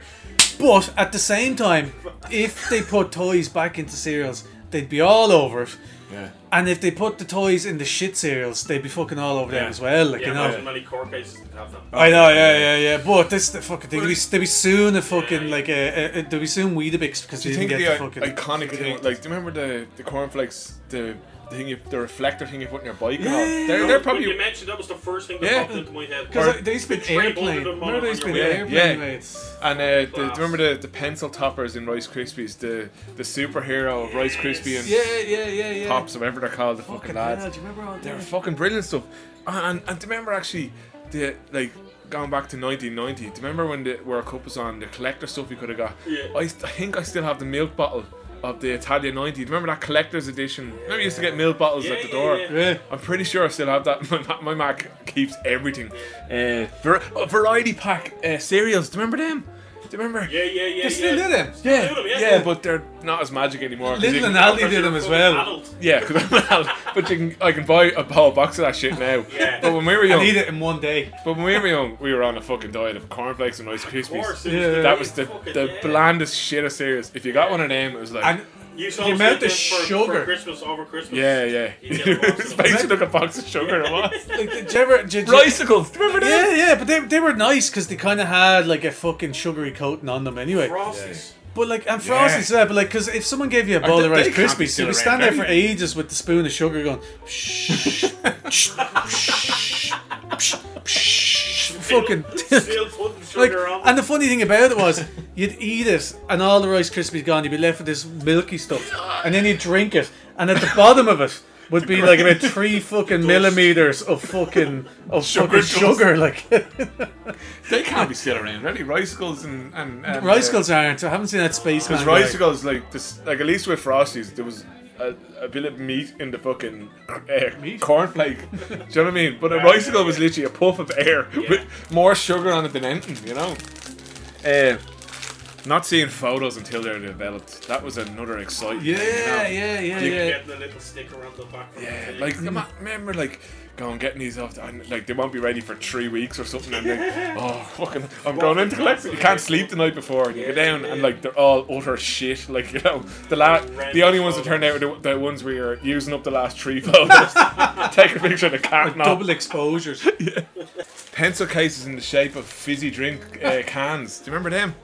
Speaker 4: But at the same time, if they put toys back into cereals, they'd be all over it.
Speaker 3: yeah.
Speaker 4: And if they put the toys in the shit cereals, they'd be fucking all over them as well. Like
Speaker 1: Yeah,
Speaker 4: you know.
Speaker 1: imagine many court cases that have that.
Speaker 4: I know, yeah, yeah, yeah. But this the fucking they'd be, they'd be soon a fucking like a, a, they'd be soon Weetabix because
Speaker 3: Do
Speaker 4: they
Speaker 3: you think
Speaker 4: didn't get
Speaker 3: the,
Speaker 4: the
Speaker 3: i-
Speaker 4: fucking
Speaker 3: iconic thing? Like, do you remember the the cornflakes, the the thing, you, the reflector thing you put in your bike? and all?
Speaker 4: Yeah.
Speaker 3: They're,
Speaker 1: That
Speaker 3: they're
Speaker 1: was- when you
Speaker 3: probably
Speaker 1: mentioned that was the first thing that
Speaker 3: Yeah.
Speaker 1: popped into my head.
Speaker 4: because they used to be
Speaker 1: Betray all of
Speaker 4: airplane.
Speaker 1: them on-
Speaker 4: Remember they used to
Speaker 1: on
Speaker 4: be
Speaker 1: your
Speaker 3: way. Yeah.
Speaker 4: airplane mates.
Speaker 3: and uh, the, do you
Speaker 1: Class.
Speaker 3: remember the, the pencil toppers in Rice Krispies, the the superhero of Rice Krispie and
Speaker 4: Yeah, yeah, yeah, yeah.
Speaker 3: pops, or whatever they're called, the fucking lads.
Speaker 4: hell, do you remember all
Speaker 3: They're
Speaker 4: that?
Speaker 3: fucking brilliant stuff. And and do you remember actually the like going back to 1990? Do you remember when the World Cup was on the collector stuff you could have got?
Speaker 1: Yeah.
Speaker 3: I, st- I think I still have the milk bottle of the Italian 90. Do you remember that collector's edition? Remember you used to get milk bottles
Speaker 1: Yeah,
Speaker 3: at the
Speaker 1: yeah,
Speaker 3: door.
Speaker 1: yeah.
Speaker 4: Yeah.
Speaker 3: I'm pretty sure I still have that. My, ma- my Mac keeps everything. Uh, var- oh, variety pack uh, cereals. Do you remember them? Do Do you remember?
Speaker 1: Yeah, yeah, yeah.
Speaker 4: They still
Speaker 1: yeah.
Speaker 4: do them.
Speaker 3: Yeah,
Speaker 1: Still do them,
Speaker 3: yeah,
Speaker 1: yeah.
Speaker 3: but they're not as magic anymore. 'cause you
Speaker 4: Little and
Speaker 3: can-
Speaker 4: Aldi did them as well.
Speaker 1: Adult.
Speaker 3: yeah, 'cause I'm an adult, but you can I can buy a whole box of that shit now.
Speaker 1: Yeah.
Speaker 3: But when we were
Speaker 4: I
Speaker 3: young,
Speaker 4: need it in one day.
Speaker 3: but when we were young, we were on a fucking diet of cornflakes and Rice
Speaker 1: Of course,
Speaker 3: Krispies.
Speaker 1: it was
Speaker 4: Yeah.
Speaker 1: the
Speaker 3: That was the
Speaker 1: fucking-
Speaker 3: the
Speaker 1: yeah.
Speaker 3: blandest shit of serious. If you got one of them, it was like.
Speaker 4: And
Speaker 1: You saw
Speaker 4: The amount
Speaker 1: them
Speaker 4: of
Speaker 1: for,
Speaker 4: sugar.
Speaker 1: for Christmas over Christmas.
Speaker 3: yeah, yeah.
Speaker 1: You'd get a box of
Speaker 3: It's
Speaker 1: them.
Speaker 3: basically like a box of sugar. It was.
Speaker 4: like, did you ever? Did you,
Speaker 3: Ricicles. Do you remember that?
Speaker 4: Yeah, yeah, but they, they were nice because they kind of had like a fucking sugary coating on them anyway.
Speaker 1: Frosties.
Speaker 4: But like, and
Speaker 3: Yeah.
Speaker 4: frosty yeah. that, but like, because if someone gave you a bowl
Speaker 3: they-
Speaker 4: of Rice
Speaker 3: they can't be
Speaker 4: Krispies,
Speaker 3: still
Speaker 4: you would
Speaker 3: around,
Speaker 4: stand there
Speaker 3: can
Speaker 4: for
Speaker 3: they?
Speaker 4: ages with the spoon of sugar going, shh, shh, shh, shh, shh, fucking.
Speaker 1: Still putting
Speaker 4: Like,
Speaker 1: sugar on.
Speaker 4: and the funny thing about it was, you'd eat it, and all the Rice Krispies gone. You'd be left with this milky stuff, and then you'd drink it, and at the bottom of it would be like about three fucking millimeters of fucking of
Speaker 3: Sugar
Speaker 4: fucking
Speaker 3: dust.
Speaker 4: sugar. Like,
Speaker 3: They can't be still around. Really, Ricicles and and, and uh,
Speaker 4: Ricicles aren't. I haven't seen that spaceman.
Speaker 3: Because
Speaker 4: guy.
Speaker 3: Ricicles, like this, like at least with Frosties, there was a, a bit of meat in the fucking uh,
Speaker 4: Meat?
Speaker 3: cornflake. Do you know what I mean? But a Ricicle was literally a puff of air with more sugar on it than anything. You know. Uh, not seeing photos until they're developed. That was another exciting. thing, you
Speaker 4: Yeah,
Speaker 3: know?
Speaker 4: yeah, yeah,
Speaker 3: You-
Speaker 4: yeah.
Speaker 1: Getting a little sticker on the back. of
Speaker 3: Yeah,
Speaker 1: it.
Speaker 3: like ima- remember, like going getting these off. The, and, like they won't be ready for three weeks or something. And like, oh fucking, I'm going in to collect. it. You can't sleep the night before. And you go down and like they're all utter shit. Like you know, the last, the only ones that turned out were the, the ones where you're using up the last three photos. Take a picture of the cat now.
Speaker 4: Double exposures.
Speaker 3: Pencil cases in the shape of fizzy drink uh, cans. Do you remember them?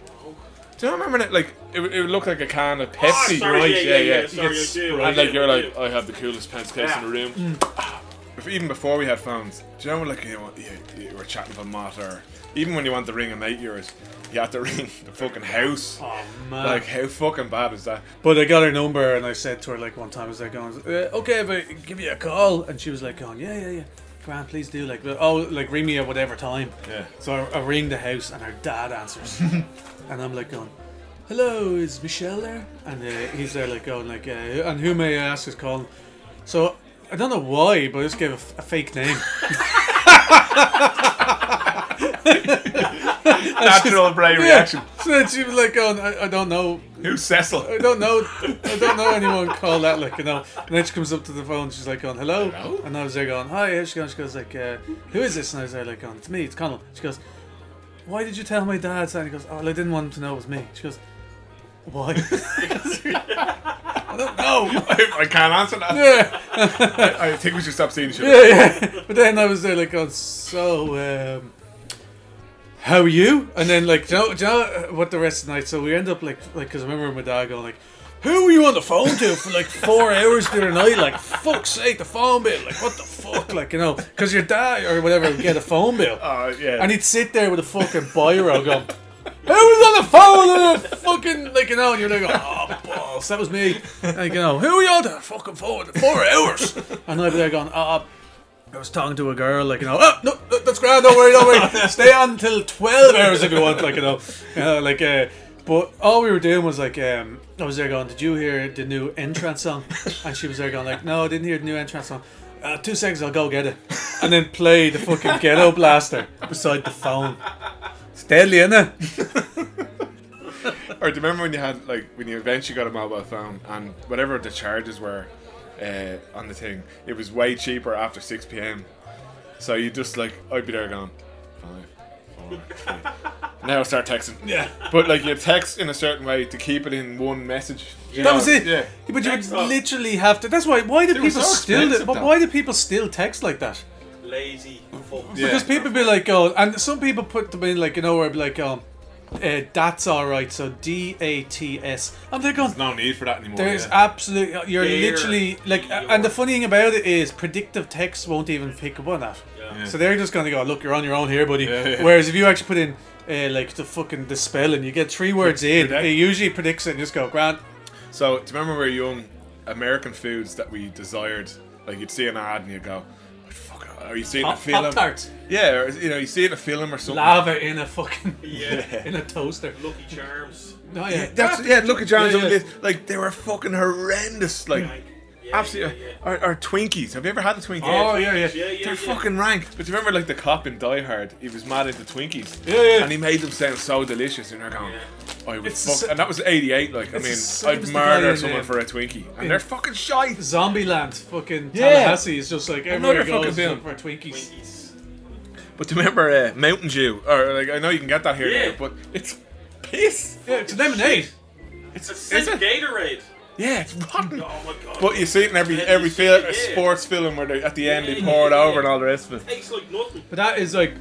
Speaker 3: Do you remember that? Like it, would- it would look like a can of Pepsi,
Speaker 1: Oh, sorry,
Speaker 3: right?
Speaker 1: yeah, yeah, yeah, sorry, I do, I
Speaker 3: And
Speaker 1: do,
Speaker 3: like you're
Speaker 1: I
Speaker 3: like,
Speaker 1: do. Mm.
Speaker 3: I have the coolest pencil case in the room. If- even before we had phones, do you know like you, know, you, you were chatting with a mate or even when you wanted to ring a mate yours, you had to ring the fucking house.
Speaker 4: Oh man.
Speaker 3: Like how fucking bad is that?
Speaker 4: but I got her number and I said to her like one time, I was like going, uh, okay, but give you a call, and she was like going, yeah, yeah, yeah, Grant, please do like, oh, like ring me at whatever time.
Speaker 3: Yeah.
Speaker 4: So I, I ring the house and her dad answers, and I'm like going, hello, is Michelle there? And uh, he's there like going like, uh, and who may I ask is calling? So I don't know why, but I just gave a, f- a fake name.
Speaker 3: Natural brain reaction.
Speaker 4: So then she was like going, I, I don't know.
Speaker 3: Who's Cecil?
Speaker 4: I don't know. I don't know anyone call that like you know. And then she comes up to the phone. She's like going, "Hello,"
Speaker 3: Hello?
Speaker 4: and I was there going, "Hi." how's She goes, she goes like, uh, "Who is this?" And I was there like going, "It's me. It's Connell." She goes, "Why did you tell my dad?" And he goes, "Oh, well, I didn't want him to know it was me." She goes, "Why?" I don't know.
Speaker 3: I, I can't answer that.
Speaker 4: Yeah,
Speaker 3: I think we should stop seeing each other.
Speaker 4: yeah, yeah. But then I was there like going, "So." Um, how are you? And then like, do you know, do you know uh, what the rest of the night? So we end up like, like, because I remember my dad going like, "Who were you on the phone to for like four hours the other night? Like, fuck's sake, the phone bill! Like, what the fuck? Like, you know, because your dad or whatever would get a phone bill,
Speaker 3: Oh yeah.
Speaker 4: and he'd sit there with a fucking biro going." Who was on the phone? And the fucking like you know, and you're like, oh balls, that was me. And you know, who were you on the fucking phone? Four hours. And I'd be there going, oh, I was talking to a girl, like, you know, oh, no, no, that's grand, don't worry, don't worry. Stay on till 12 hours if you want, like, you know. You know, like, uh, but all we were doing was, like, um, I was there going, did you hear the new entrance song? And she was there going, like, no, I didn't hear the new entrance song. Uh, two seconds, I'll go get it. And then play the fucking ghetto blaster beside the phone. It's deadly, isn't it?
Speaker 3: Or do you remember when you had like when you eventually got a mobile phone and whatever the charges were uh, on the thing, it was way cheaper after six p.m. So you just like I'd be there going five, four, three. now I start texting.
Speaker 4: Yeah.
Speaker 3: But like you text in a certain way to keep it in one message. you
Speaker 4: That
Speaker 3: know?
Speaker 4: was it.
Speaker 3: Yeah.
Speaker 4: But you would
Speaker 1: Text up.
Speaker 4: literally have to. That's why. Why do
Speaker 3: They were
Speaker 4: people
Speaker 3: so
Speaker 4: still?
Speaker 3: expensive,
Speaker 4: But
Speaker 3: though.
Speaker 4: why do people still text like that?
Speaker 1: Lazy fuck.
Speaker 3: Yeah.
Speaker 4: Because people be like, oh, and some people put them in like, you know, where it'd be like, um, uh, that's all right. So D A T S. And they're going.
Speaker 3: No need for that anymore.
Speaker 4: There's
Speaker 3: yeah.
Speaker 4: absolutely you're
Speaker 1: Dear
Speaker 4: literally like,
Speaker 1: Lord.
Speaker 4: and the funny thing about it is predictive text won't even pick up on that.
Speaker 1: Yeah.
Speaker 4: So they're just gonna go, look, you're on your own here, buddy.
Speaker 3: Yeah, yeah.
Speaker 4: Whereas if you actually put in uh, like the fucking the spell and you get three words in,
Speaker 3: Predict-
Speaker 4: it usually predicts it and just go, Grant,
Speaker 3: So do you remember when we were young? American foods that we desired, like you'd see an ad and you'd go, "What the fuck? Are you seeing a
Speaker 4: Pop-
Speaker 3: film?
Speaker 4: Pop-Tarts.
Speaker 3: Yeah, or, you know, you see it in a film or something.
Speaker 4: lava in a fucking
Speaker 1: Yeah.
Speaker 4: in a toaster.
Speaker 1: Lucky Charms.
Speaker 4: No,
Speaker 3: Yeah, that's yeah. Look at John's
Speaker 4: Yeah,
Speaker 3: on
Speaker 4: yeah.
Speaker 3: this. Like they were fucking horrendous. Like
Speaker 1: Like,
Speaker 3: Absolutely.
Speaker 1: yeah,
Speaker 3: Or, or Twinkies. Have you ever had a Twinkie?
Speaker 4: Oh, yeah, yeah.
Speaker 1: Yeah, yeah,
Speaker 3: They're
Speaker 1: yeah.
Speaker 3: fucking rank. But do you remember like the cop in Die Hard? He was mad at the Twinkies.
Speaker 4: Yeah, yeah.
Speaker 3: And he made them sound so delicious. And they're going, I would
Speaker 4: It's the
Speaker 3: fuck.
Speaker 4: sa-
Speaker 3: And that was 88. Like, I
Speaker 4: It's the
Speaker 3: mean,
Speaker 4: same as
Speaker 3: I'd
Speaker 4: the guy
Speaker 3: murder
Speaker 4: in,
Speaker 3: someone
Speaker 4: um,
Speaker 3: for a Twinkie. And they're fucking shite.
Speaker 4: Zombieland, fucking
Speaker 3: Yeah.
Speaker 4: Tallahassee is just like everywhere
Speaker 3: fucking
Speaker 4: goes
Speaker 3: film.
Speaker 4: looking for Twinkies.
Speaker 1: Twinkies.
Speaker 3: But do you remember uh, Mountain Dew? Or like, I know you can get that here,
Speaker 1: Yeah.
Speaker 3: now, but it's piss.
Speaker 4: Yeah, it's lemonade.
Speaker 1: It's a
Speaker 3: Is
Speaker 1: sick
Speaker 3: it?
Speaker 1: Gatorade.
Speaker 3: Yeah, it's rotten.
Speaker 1: Oh my god.
Speaker 3: But you see it in every
Speaker 1: Yeah,
Speaker 3: every
Speaker 1: you see
Speaker 3: film,
Speaker 1: it, yeah.
Speaker 3: sports film where they, at the end they
Speaker 1: Yeah,
Speaker 3: pour it
Speaker 1: yeah,
Speaker 3: over
Speaker 1: yeah.
Speaker 3: and all the rest of it.
Speaker 1: tastes like nothing.
Speaker 4: But that is like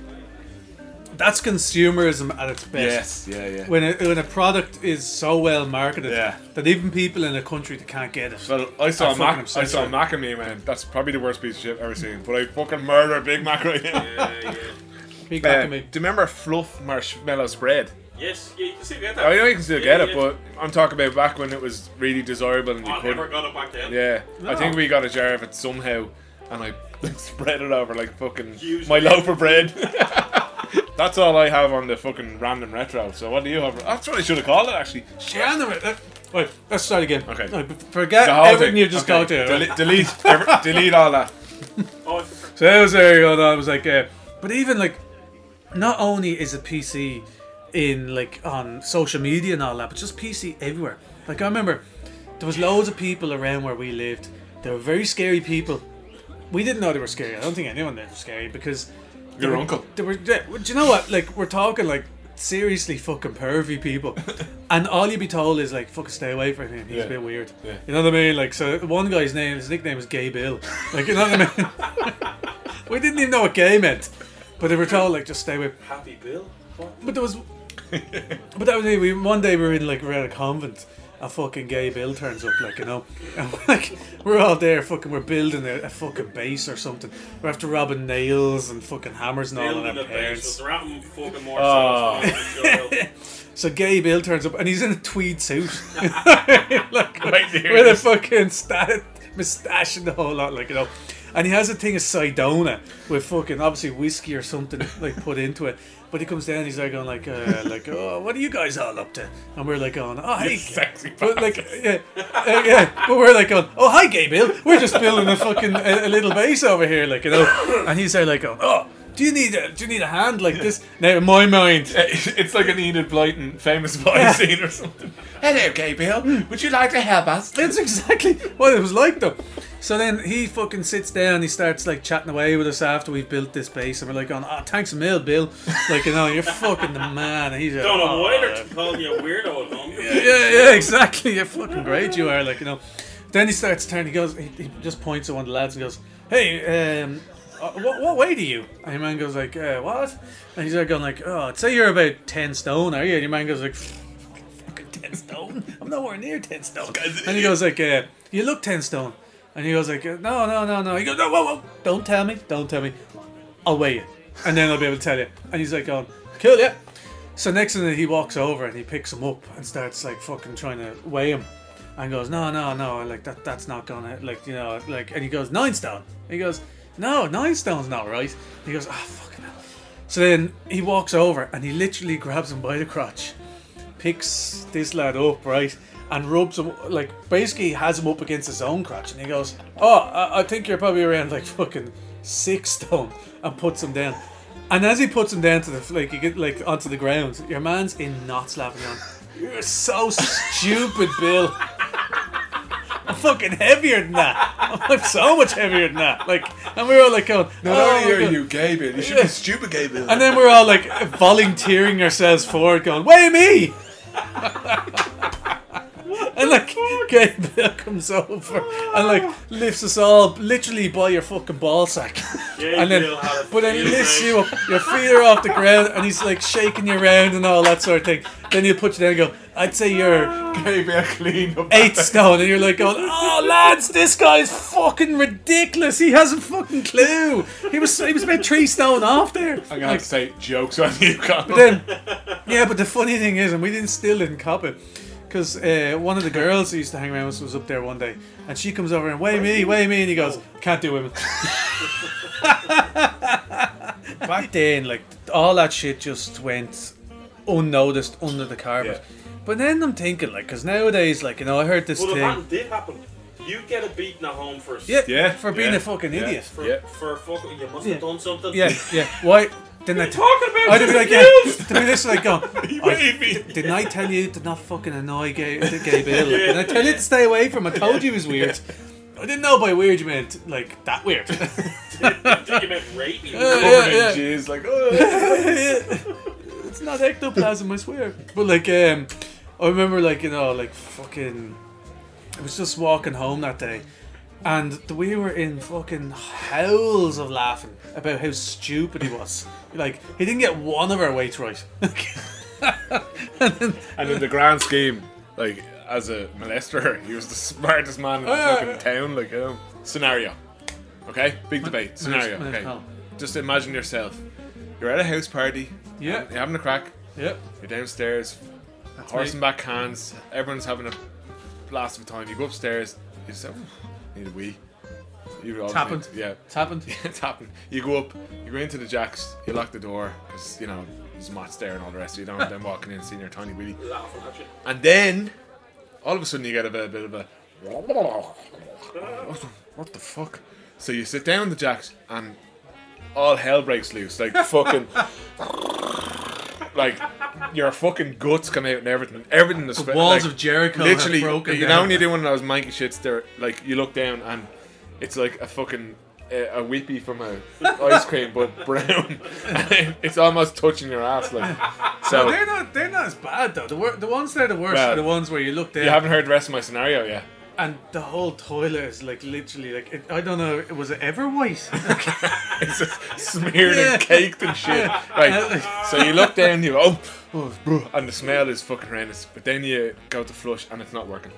Speaker 4: that's consumerism at its best.
Speaker 3: yeah, yeah.
Speaker 4: When a, when a product is so well marketed
Speaker 3: Yeah.
Speaker 4: that even people in a country that can't get it.
Speaker 3: Well, I
Speaker 4: I'm
Speaker 3: saw
Speaker 4: fucking
Speaker 3: Mac. I
Speaker 4: obsessed
Speaker 3: saw
Speaker 4: with it.
Speaker 3: Mac and me, man. That's probably the worst piece of shit I've ever seen. But I fucking murder a Big Mac right now.
Speaker 1: Yeah, yeah.
Speaker 4: Big
Speaker 3: Uh,
Speaker 4: Mac and
Speaker 3: do you
Speaker 4: me.
Speaker 3: remember fluff marshmallow spread?
Speaker 1: Yes, yeah, you can still get that.
Speaker 3: I know Oh, you can still
Speaker 1: Yeah,
Speaker 3: get it,
Speaker 1: yeah.
Speaker 3: but I'm talking about back when it was really desirable and you
Speaker 1: I never
Speaker 3: couldn't.
Speaker 1: got it back then.
Speaker 3: Yeah, I think
Speaker 4: No.
Speaker 3: we got a jar of it somehow, and I spread it over like fucking
Speaker 1: Huge
Speaker 3: my
Speaker 1: thing.
Speaker 3: loaf of bread. That's all I have on the fucking random retro. So what do you have? That's what I should have called it actually. Shit.
Speaker 4: Random. uh, Wait, let's start again.
Speaker 3: Okay.
Speaker 4: No, b- forget
Speaker 3: The whole
Speaker 4: everything
Speaker 3: thing.
Speaker 4: you just
Speaker 3: Okay,
Speaker 4: go to.
Speaker 3: Dele- delete, every- delete all that.
Speaker 1: Oh, I prefer-
Speaker 4: So that was there going on. It was like, uh, but even like, not only is a PC in like on social media and all that, but just PC everywhere. Like I remember, there was loads of people around where we lived. They were very scary people. We didn't know they were scary. I don't think anyone knew they were scary because they
Speaker 3: Your
Speaker 4: were-
Speaker 3: uncle.
Speaker 4: They were. Yeah, well, do you know what? Like we're talking like seriously fucking pervy people, and all you'd be told is like fucking stay away from him. He's
Speaker 3: Yeah.
Speaker 4: a bit weird.
Speaker 3: Yeah.
Speaker 4: You know what I mean? Like so, one guy's name, his nickname was Gay Bill. Like you know what I mean? We didn't even know what gay meant, but they were told like just stay away.
Speaker 1: Happy Bill. What?
Speaker 4: But there was, but that was it. We one day we were in like we we're at a convent. A fucking gay bill turns up, like you know, and we're, like we're all there, fucking, we're building a, a fucking base or something. We're after robbing nails and fucking hammers and all
Speaker 1: Bill
Speaker 4: on
Speaker 1: and the
Speaker 4: our
Speaker 1: Bears
Speaker 4: parents.
Speaker 1: was rapping fucking more
Speaker 3: Oh.
Speaker 1: songs than Bill.
Speaker 4: So gay bill turns up, and he's in a tweed suit, like
Speaker 3: Right there.
Speaker 4: with a fucking sta- moustache and the whole lot, like you know. And he has a thing of Sidona with fucking obviously whiskey or something like put into it. But he comes down, he's like going like, uh, like, oh, what are you guys all up to? And we're like going, oh, hey,
Speaker 3: sexy
Speaker 4: but like, yeah, uh, yeah. But we're like going, oh, hi, Gabriel. We're just building a fucking a, a little base over here, like you know. And he's there like going, oh, do you need a do you need a hand like this? Now in my mind,
Speaker 3: It's like an Enid Blyton famous body scene or something. Hello, Gabriel. Would you like to help us?
Speaker 4: That's exactly what it was like, though. So then he fucking sits down. He starts like chatting away with us after we've built this base, and we're like, "Going, oh, thanks a mil, Bill." Like, you know, you're fucking the man. And he's like,
Speaker 1: Don't know
Speaker 4: "Oh,
Speaker 1: why they're calling you a weirdo at home.
Speaker 4: yeah, yeah, exactly. You're fucking great. You are like, you know. Then he starts turning. He goes. He, he just points at one of the lads and goes, "Hey, um, uh, what, what weight are you?" And your man goes like, uh, "What?" And he's like going like, "Oh, I'd say you're about ten stone, are you?" And your man goes like, "Fucking ten stone? I'm nowhere near ten stone." And he goes like, uh, "You look ten stone." And he goes like, uh, "No, no, no, no." He goes, "No, whoa, whoa! Don't tell me! Don't tell me! I'll weigh you, and then I'll be able to tell you." And he's like, "Going, cool, yeah." So next thing he walks over and he picks him up and starts like fucking trying to weigh him, and goes, no, no, no, like that, that's not gonna, like you know, like, and he goes nine stone. And he goes, no, nine stone's not right. And he goes, ah, fucking hell. So then he walks over and he literally grabs him by the crotch, picks this lad up, right, and rubs him, like basically has him up against his own crotch, and he goes, oh, I, I think you're probably around like fucking six stone, and puts him down. And as he puts him down to the like, you get like onto the ground. Your man's in knots laughing on. You're so stupid, Bill. I'm fucking heavier than that. I'm so much heavier than that. Like, and we were all like going,
Speaker 3: Not
Speaker 4: "Oh my
Speaker 3: only are
Speaker 4: God."
Speaker 3: you Gabriel, you should
Speaker 4: Yeah.
Speaker 3: be stupid Gabriel.
Speaker 4: And then we're all like volunteering ourselves forward, going, "Weigh me!" and like, Gay Bill comes over and like lifts us all literally by your fucking ball sack
Speaker 1: Yeah,
Speaker 4: and
Speaker 1: Bill
Speaker 4: then
Speaker 1: had a
Speaker 4: but then he
Speaker 1: field
Speaker 4: lifts
Speaker 1: day.
Speaker 4: you up, your feet are off the ground, and he's like shaking you around and all that sort of thing. Then he'll put you down and go, I'd say you're
Speaker 3: Gabriel clean up.
Speaker 4: eight stone, and you're like going, Oh lads, this guy's fucking ridiculous. He has a fucking clue. He was he was about three stone off there.
Speaker 3: I'm gonna have to say jokes on you, Colin.
Speaker 4: Then, yeah, but the funny thing is, and we didn't still didn't cop it, because uh, one of the girls who used to hang around with us was up there one day, and she comes over and weigh me, Oh. weigh me, and he goes, can't do women. Back then, like all that shit just went unnoticed under the carpet.
Speaker 3: Yeah.
Speaker 4: But then I'm thinking, like, because nowadays, like you know, I heard this
Speaker 1: Well, if
Speaker 4: thing.
Speaker 1: that did happen, You get a beating at home for
Speaker 4: Yeah,
Speaker 3: Yeah,
Speaker 4: for being
Speaker 3: yeah,
Speaker 4: a fucking
Speaker 3: yeah.
Speaker 4: idiot.
Speaker 1: for
Speaker 3: Yeah.
Speaker 1: for fucking. You must
Speaker 4: Yeah.
Speaker 1: have done something.
Speaker 4: Yeah, yeah. Why didn't I
Speaker 1: What are you talking about?
Speaker 4: I'd be like, yeah. To be this like, go.
Speaker 3: Maybe.
Speaker 4: Didn't I tell you to not fucking annoy Gay, gay Bill? Like, Didn't I tell you to stay away from? him? I told you he was weird. I didn't know by weird you meant like that weird.
Speaker 1: I think you meant rape. you
Speaker 4: Yeah,
Speaker 3: Covered
Speaker 4: yeah.
Speaker 3: in jizz, like, oh.
Speaker 4: it's not ectoplasm, I swear. But like, um, I remember like you know like fucking, I was just walking home that day, and we were in fucking howls of laughing about how stupid he was. Like he didn't get one of our weights right. and then,
Speaker 3: And in the grand scheme, like, as a molester, he was the smartest man in the
Speaker 4: Oh, yeah,
Speaker 3: fucking
Speaker 4: yeah.
Speaker 3: town. Like, you know. Scenario. Okay? Big debate. Scenario.
Speaker 4: manage
Speaker 3: Okay.
Speaker 4: how?
Speaker 3: Just imagine yourself. You're at a house party.
Speaker 4: yeah,
Speaker 3: You're having a crack.
Speaker 4: yeah.
Speaker 3: You're downstairs. Horse and back hands. Everyone's having a blast of a time. You go upstairs. You say, "Oh, need a wee. You obviously-
Speaker 4: happened.
Speaker 3: Yeah.
Speaker 4: It's happened.
Speaker 3: it's happened. You go up, you go into the jacks, you lock the door because you know there's Matt's there and all the rest. of You don't want them walking in, and seeing your tiny willy.
Speaker 1: laughing at you.
Speaker 3: And then, all of a sudden, you get a bit, a bit of a. What the fuck? So you sit down the jacks, and all hell breaks loose. Like fucking. like your fucking guts come out and everything. Everything is
Speaker 4: The
Speaker 3: fe-
Speaker 4: walls
Speaker 3: like,
Speaker 4: of Jericho have
Speaker 3: Literally,
Speaker 4: broken
Speaker 3: you know
Speaker 4: down.
Speaker 3: when you do one of those manky shits, there, like you look down and it's like a fucking. uh, A whippy from a ice cream, but brown. it's almost touching your ass, like. So
Speaker 4: They're not. They're not as bad though. The, wor- the ones that are the worst
Speaker 3: Well,
Speaker 4: are the ones where you look down
Speaker 3: you haven't heard the rest of my scenario yet.
Speaker 4: and the whole toilet is like literally like it, I don't know. Was it ever white?
Speaker 3: It's just smeared
Speaker 4: Yeah.
Speaker 3: and caked and shit. Right. So you look down, you go, oh, oh, bro, and the smell is fucking horrendous. But then you go to flush and it's not working.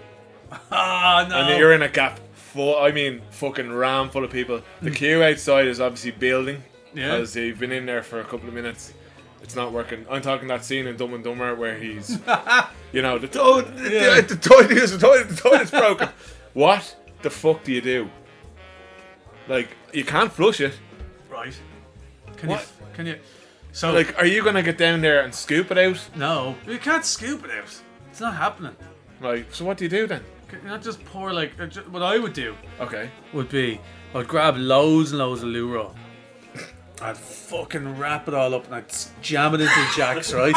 Speaker 4: Ah no.
Speaker 3: And you're in a gap full, I mean, fucking ram full of people. The queue outside is obviously building.
Speaker 4: Mm. Yeah.
Speaker 3: Because you've been in there for a couple of minutes. It's not working. I'm talking that scene in Dumb and Dumber where he's, you know, the, to- the,
Speaker 4: Yeah.
Speaker 3: the, the toilet is the toilet, the toilet's broken. what the fuck do you do? Like, you can't flush it.
Speaker 4: Right. Can
Speaker 3: What?
Speaker 4: you? Can you? So
Speaker 3: Like, are you gonna get down there and scoop it out?
Speaker 4: no, you can't scoop it out. It's not happening.
Speaker 3: Like, so what do you do then?
Speaker 4: Can you not just pour like uh, ju- what I would do
Speaker 3: Okay.
Speaker 4: would be I would grab loads and loads of loo roll. I'd fucking wrap it all up and I'd s- jam it into the jacks, right?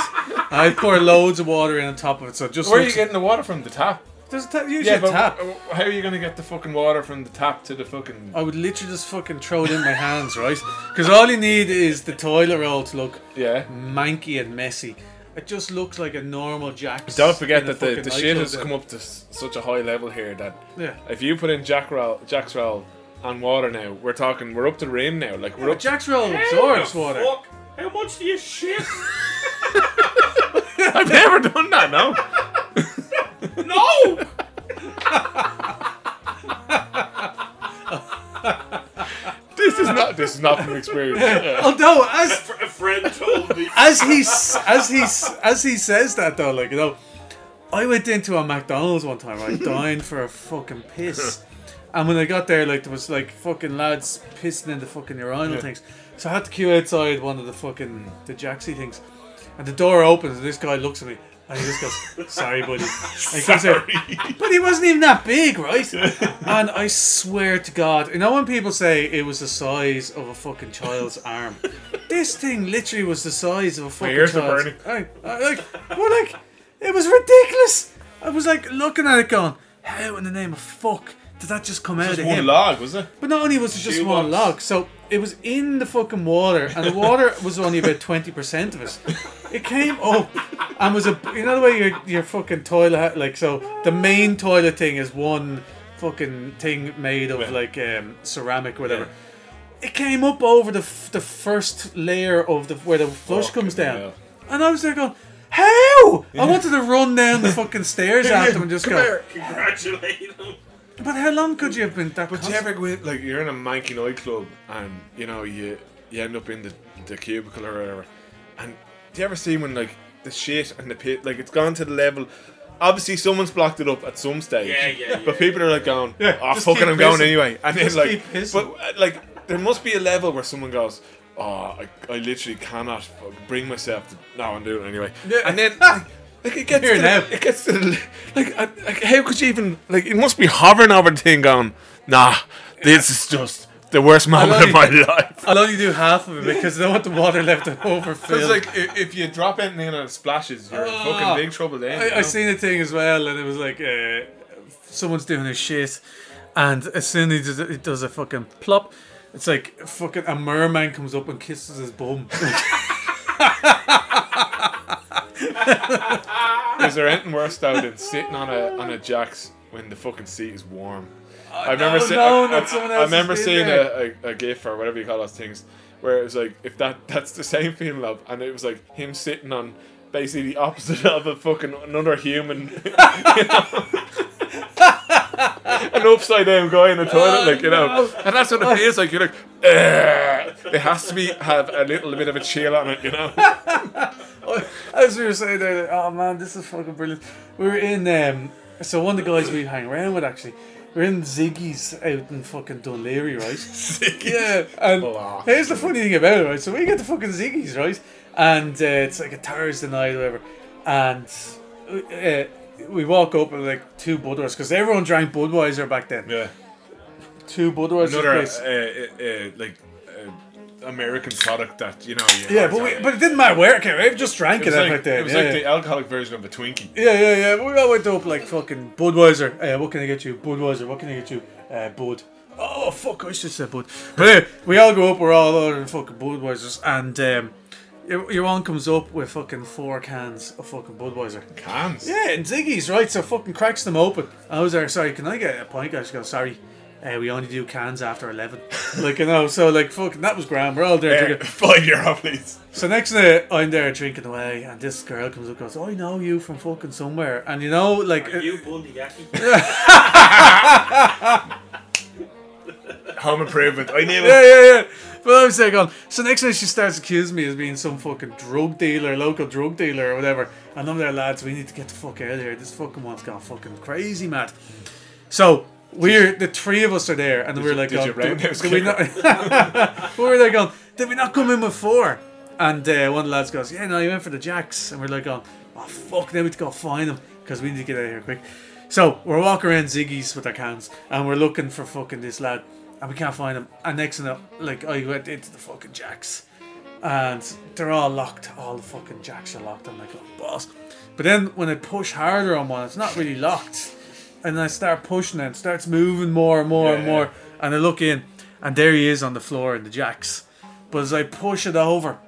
Speaker 4: And I'd pour loads of water in on top of it, so it just
Speaker 3: Where are you
Speaker 4: looks-
Speaker 3: getting the water from? The tap.
Speaker 4: There's a ta- usually a tap.
Speaker 3: w- w- How are you gonna get the fucking water from the tap to the fucking?
Speaker 4: I would literally just fucking throw it in my hands, right? Because all you need is the toilet roll to look
Speaker 3: Yeah.
Speaker 4: Mm. manky and messy. It just looks like a normal Jack's.
Speaker 3: Don't forget
Speaker 4: in a
Speaker 3: that the, the
Speaker 4: fucking
Speaker 3: shit
Speaker 4: nightclub
Speaker 3: has
Speaker 4: then.
Speaker 3: come up to s- such a high level here that
Speaker 4: Yeah.
Speaker 3: if you put in Jack Roll, Jack's Roll and water now, we're talking, we're up to the rim now. Like we're
Speaker 4: But
Speaker 3: up. To,
Speaker 4: Jack's roll
Speaker 1: How the
Speaker 4: absorbs water.
Speaker 1: Fuck? How much do you shit?
Speaker 3: I've never done that. No.
Speaker 1: no.
Speaker 3: this is not. This is not from experience. Yeah.
Speaker 4: Although as
Speaker 1: A friend told me.
Speaker 4: as he s- as he s- as he says that though, like you know, I went into a McDonald's one time. I dined for a fucking piss, and when I got there, like there was like fucking lads pissing in the fucking urinal things. So I had to queue outside one of the fucking the Jacksy things, and the door opens and this guy looks at me. And he just goes, "Sorry, buddy." And he comes out, but he wasn't even that big, right? and I swear to God, you know when people say it was the size of a fucking child's arm, this thing literally was the size of a fucking
Speaker 3: ears are
Speaker 4: child's.
Speaker 3: burning.
Speaker 4: I, I, like, well, like, it was ridiculous. I was like looking at it, going, "How in the name of fuck did that just come out of him?"
Speaker 3: log, was it?
Speaker 4: But not only was it just
Speaker 1: Shoebox.
Speaker 4: one log, so it was in the fucking water, and the water was only about twenty percent of it. It came up and was a you know the way your your fucking toilet ha- like so the main toilet thing is one fucking thing made of like um, ceramic whatever. It came up over the f- the first layer of the where the flush comes down,
Speaker 3: hell.
Speaker 4: and I was there going. How? I wanted to run down the fucking stairs after him and just
Speaker 3: Come
Speaker 4: go.
Speaker 3: here.
Speaker 1: Congratulate him.
Speaker 4: But how long could you have been that?
Speaker 3: But you ever go in, like you're in a manky nightclub and you know you you end up in the, the cubicle or whatever, and do you ever see when like the shit and the pit like it's gone to the level? Obviously, someone's blocked it up at some stage.
Speaker 1: Yeah, yeah,
Speaker 3: But
Speaker 1: yeah.
Speaker 3: people are like going,
Speaker 4: Yeah,
Speaker 3: "Oh
Speaker 4: just
Speaker 3: fuck it,
Speaker 4: keep
Speaker 3: I'm going
Speaker 4: pissing.
Speaker 3: anyway." And
Speaker 4: Just
Speaker 3: then like,
Speaker 4: keep pissing.
Speaker 3: but uh, like there must be a level where someone goes. Oh, I, I literally cannot fuck- bring myself to no and do it anyway.
Speaker 4: Yeah.
Speaker 3: And then like, Like it gets
Speaker 4: Here
Speaker 3: to
Speaker 4: now.
Speaker 3: The, it gets to the, like, I, like how could you even like it must be hovering over the thing going nah this is just the worst moment
Speaker 4: love
Speaker 3: of my
Speaker 4: you.
Speaker 3: life.
Speaker 4: I'll only do half of it because I don't want the water left to
Speaker 3: It's
Speaker 4: overfill.
Speaker 3: like i- if you drop anything and it splashes, you're in
Speaker 4: Ah.
Speaker 3: fucking big trouble then. you
Speaker 4: I, I
Speaker 3: know?
Speaker 4: seen a thing as well, and it was like uh, someone's doing their shit, and as soon as he does, it does a fucking plop, it's like fucking a merman comes up and kisses his bum.
Speaker 3: Is there anything worse though than sitting on a on a jacks when the fucking seat is warm? I remember
Speaker 4: Uh, no,
Speaker 3: see-
Speaker 4: no,
Speaker 3: I,
Speaker 4: not
Speaker 3: I-
Speaker 4: someone
Speaker 3: I
Speaker 4: else's
Speaker 3: remember
Speaker 4: been
Speaker 3: seeing
Speaker 4: there.
Speaker 3: a, a, a gif or whatever you call those things where it was like if that that's the same feeling of and it was like him sitting on basically the opposite of a fucking another human you know? an upside down guy in the
Speaker 4: Oh,
Speaker 3: toilet like you know and that's what it feels like you're like "Ugh." it has to be have a little bit of a chill on it you know
Speaker 4: As we were saying there, like, oh man, this is fucking brilliant. We were in, um, so one of the guys we hang around with actually, we are in Ziggy's out in fucking Dunleary, right? Yeah, and here's the funny thing about it, right? So we get to fucking Ziggy's, right? And uh, it's like a Thursday night or whatever, and uh, we walk up with like two Budweisers, because everyone drank Budweiser back then.
Speaker 3: yeah
Speaker 4: Two Budweiser.
Speaker 3: another
Speaker 4: place.
Speaker 3: uh, uh, uh, like uh, American product that you know. You
Speaker 4: yeah, but, we, but it didn't matter where it came from, just drank
Speaker 3: it
Speaker 4: it,
Speaker 3: was
Speaker 4: out
Speaker 3: like,
Speaker 4: back then.
Speaker 3: it was
Speaker 4: yeah,
Speaker 3: like
Speaker 4: yeah.
Speaker 3: the alcoholic version of a Twinkie.
Speaker 4: Yeah, yeah, yeah. We all went up like fucking Budweiser. Uh, what can I get you? Budweiser. What can I get you? Uh, Bud. Oh fuck! I should say Bud. But anyway, we all go up. We're all ordering fucking Budweisers, and um, your, your one comes up with fucking four cans of fucking Budweiser.
Speaker 3: Cans.
Speaker 4: Yeah, and Ziggy's right. So fucking cracks them open. I was there. Sorry, can I get a pint? guys?" She goes, sorry. Uh, we only do cans after eleven, like you know. So like fucking that was grand. We're all there. drinking.
Speaker 3: Uh, five euro, please.
Speaker 4: So next day, I'm there drinking away, and this girl comes up and goes, I know you from fucking somewhere. And you know, like,
Speaker 1: Are
Speaker 4: it-
Speaker 1: you Bundy Yaki?
Speaker 3: Home improvement. I knew
Speaker 4: yeah,
Speaker 3: it.
Speaker 4: yeah, yeah. But I was like, on. So next day, she starts accusing me as being some fucking drug dealer, local drug dealer, or whatever. And I'm there, lads, we need to get the fuck out of here. This fucking one's gone fucking crazy mad. So. We're the three of us are there, and we're like,
Speaker 3: did
Speaker 4: "Oh,
Speaker 3: you roundhouse
Speaker 4: we not? we were there going, did we not come in with four? And uh, one of the lads goes, yeah, no, you went for the jacks, and we're like, going, oh fuck, now we have to go find them because we need to get out of here quick. So we're walking around Ziggy's with our cans, and we're looking for fucking this lad, and we can't find him. And next thing, up, like I went into the fucking jacks, and they're all locked. All the fucking jacks are locked. I'm like, oh, boss. But then when I push harder on one, it's not really locked. And I start pushing it, it starts moving more and more and
Speaker 3: Yeah.
Speaker 4: more. And I look in, and there he is on the floor in the jacks. But as I push it over,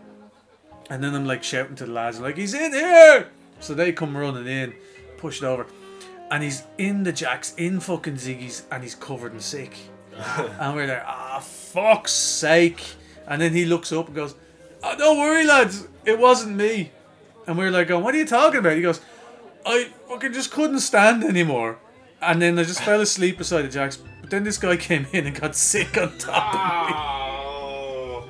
Speaker 4: and then I'm like shouting to the lads, like, he's in here! So they come running in, push it over. And he's in the jacks, in fucking Ziggy's, and he's covered in sick. and we're there, ah, fuck's sake. And then he looks up and goes, oh, don't worry, lads, it wasn't me. And we are like, going, what are you talking about? He goes, I fucking just couldn't stand anymore. And then I just fell asleep beside the jacks. But then this guy came in and got sick on top of me.
Speaker 1: Oh.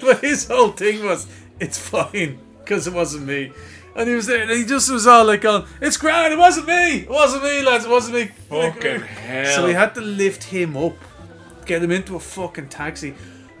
Speaker 4: But his whole thing was, it's fine, because it wasn't me. And he was there, and he just was all like, going, it's grand, it wasn't me, it wasn't me, lads, it wasn't me.
Speaker 3: Fucking hell.
Speaker 4: So we had to lift him up, get him into a fucking taxi,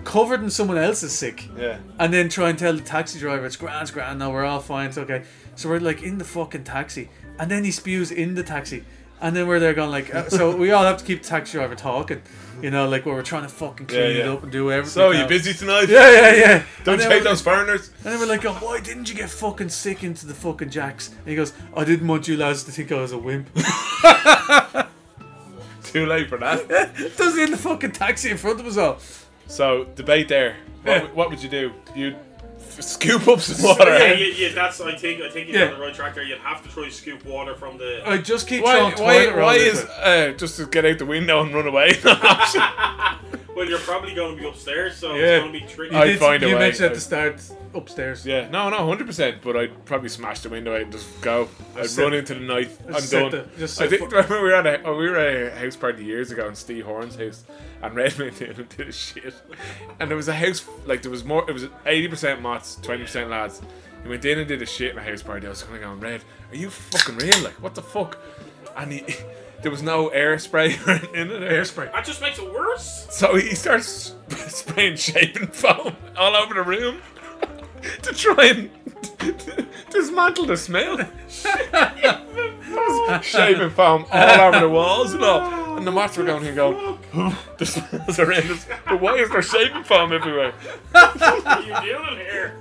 Speaker 4: covered in someone else's sick,
Speaker 3: Yeah.
Speaker 4: and then try and tell the taxi driver it's grand, it's grand, no, we're all fine, it's okay. So we're like in the fucking taxi, and then he spews in the taxi, and then we're there going like, uh, so we all have to keep the taxi driver talking, you know, like where we're trying to fucking clean it
Speaker 3: yeah.
Speaker 4: up and do everything.
Speaker 3: So you
Speaker 4: else.
Speaker 3: busy tonight?
Speaker 4: Yeah, yeah, yeah.
Speaker 3: Don't
Speaker 4: And then
Speaker 3: take
Speaker 4: we're-
Speaker 3: those foreigners.
Speaker 4: and they were like, going, why didn't you get fucking sick into the fucking jacks? And he goes, I didn't want you lads to think I was a wimp.
Speaker 3: Too late for that.
Speaker 4: Does he in the fucking taxi in front of us all?
Speaker 3: so debate there. What,
Speaker 4: Yeah.
Speaker 3: would- what would you do? You would scoop up some water. eh?
Speaker 1: Yeah, yeah, yeah, that's. I think. I think you're
Speaker 4: Yeah.
Speaker 1: on the right track there. You'd have to try to scoop water from the.
Speaker 4: I just keep
Speaker 3: Why?
Speaker 4: throwing toilet
Speaker 3: Why,
Speaker 4: roll
Speaker 3: why
Speaker 4: into
Speaker 3: is
Speaker 4: it.
Speaker 3: uh, just to get out the window and run away? an option?
Speaker 1: Well, you're probably going to be upstairs, so
Speaker 3: Yeah.
Speaker 1: it's going to be tricky.
Speaker 3: I'd
Speaker 4: You did-
Speaker 3: find a
Speaker 4: You
Speaker 3: way.
Speaker 4: mentioned at
Speaker 3: I'd-
Speaker 4: the start upstairs.
Speaker 3: Yeah, no, no, hundred percent. But I'd probably smash the window out and just go. I'd
Speaker 4: Just
Speaker 3: run
Speaker 4: sit-
Speaker 3: into the night. I'm
Speaker 4: just sit
Speaker 3: done.
Speaker 4: there- just
Speaker 3: I
Speaker 4: sit
Speaker 3: think
Speaker 4: for-
Speaker 3: I remember we were at a oh, we were at a house party years ago in Steve Horn's house, and Redman did and did a shit. And there was a house like there was more. It was eighty percent Mott's, twenty percent lads. He went in and did a shit in a house party. I was kind of going, Red, are you fucking real? Like, what the fuck? And he, there was no air spray in it. Air spray.
Speaker 1: That just makes it worse.
Speaker 3: So he starts spraying shaping foam all over the room to try and dismantle the smell. shaving foam all over the walls and all. And the mats were going here going, the smells horrendous. But why is there shaving foam everywhere?
Speaker 1: What are you doing here?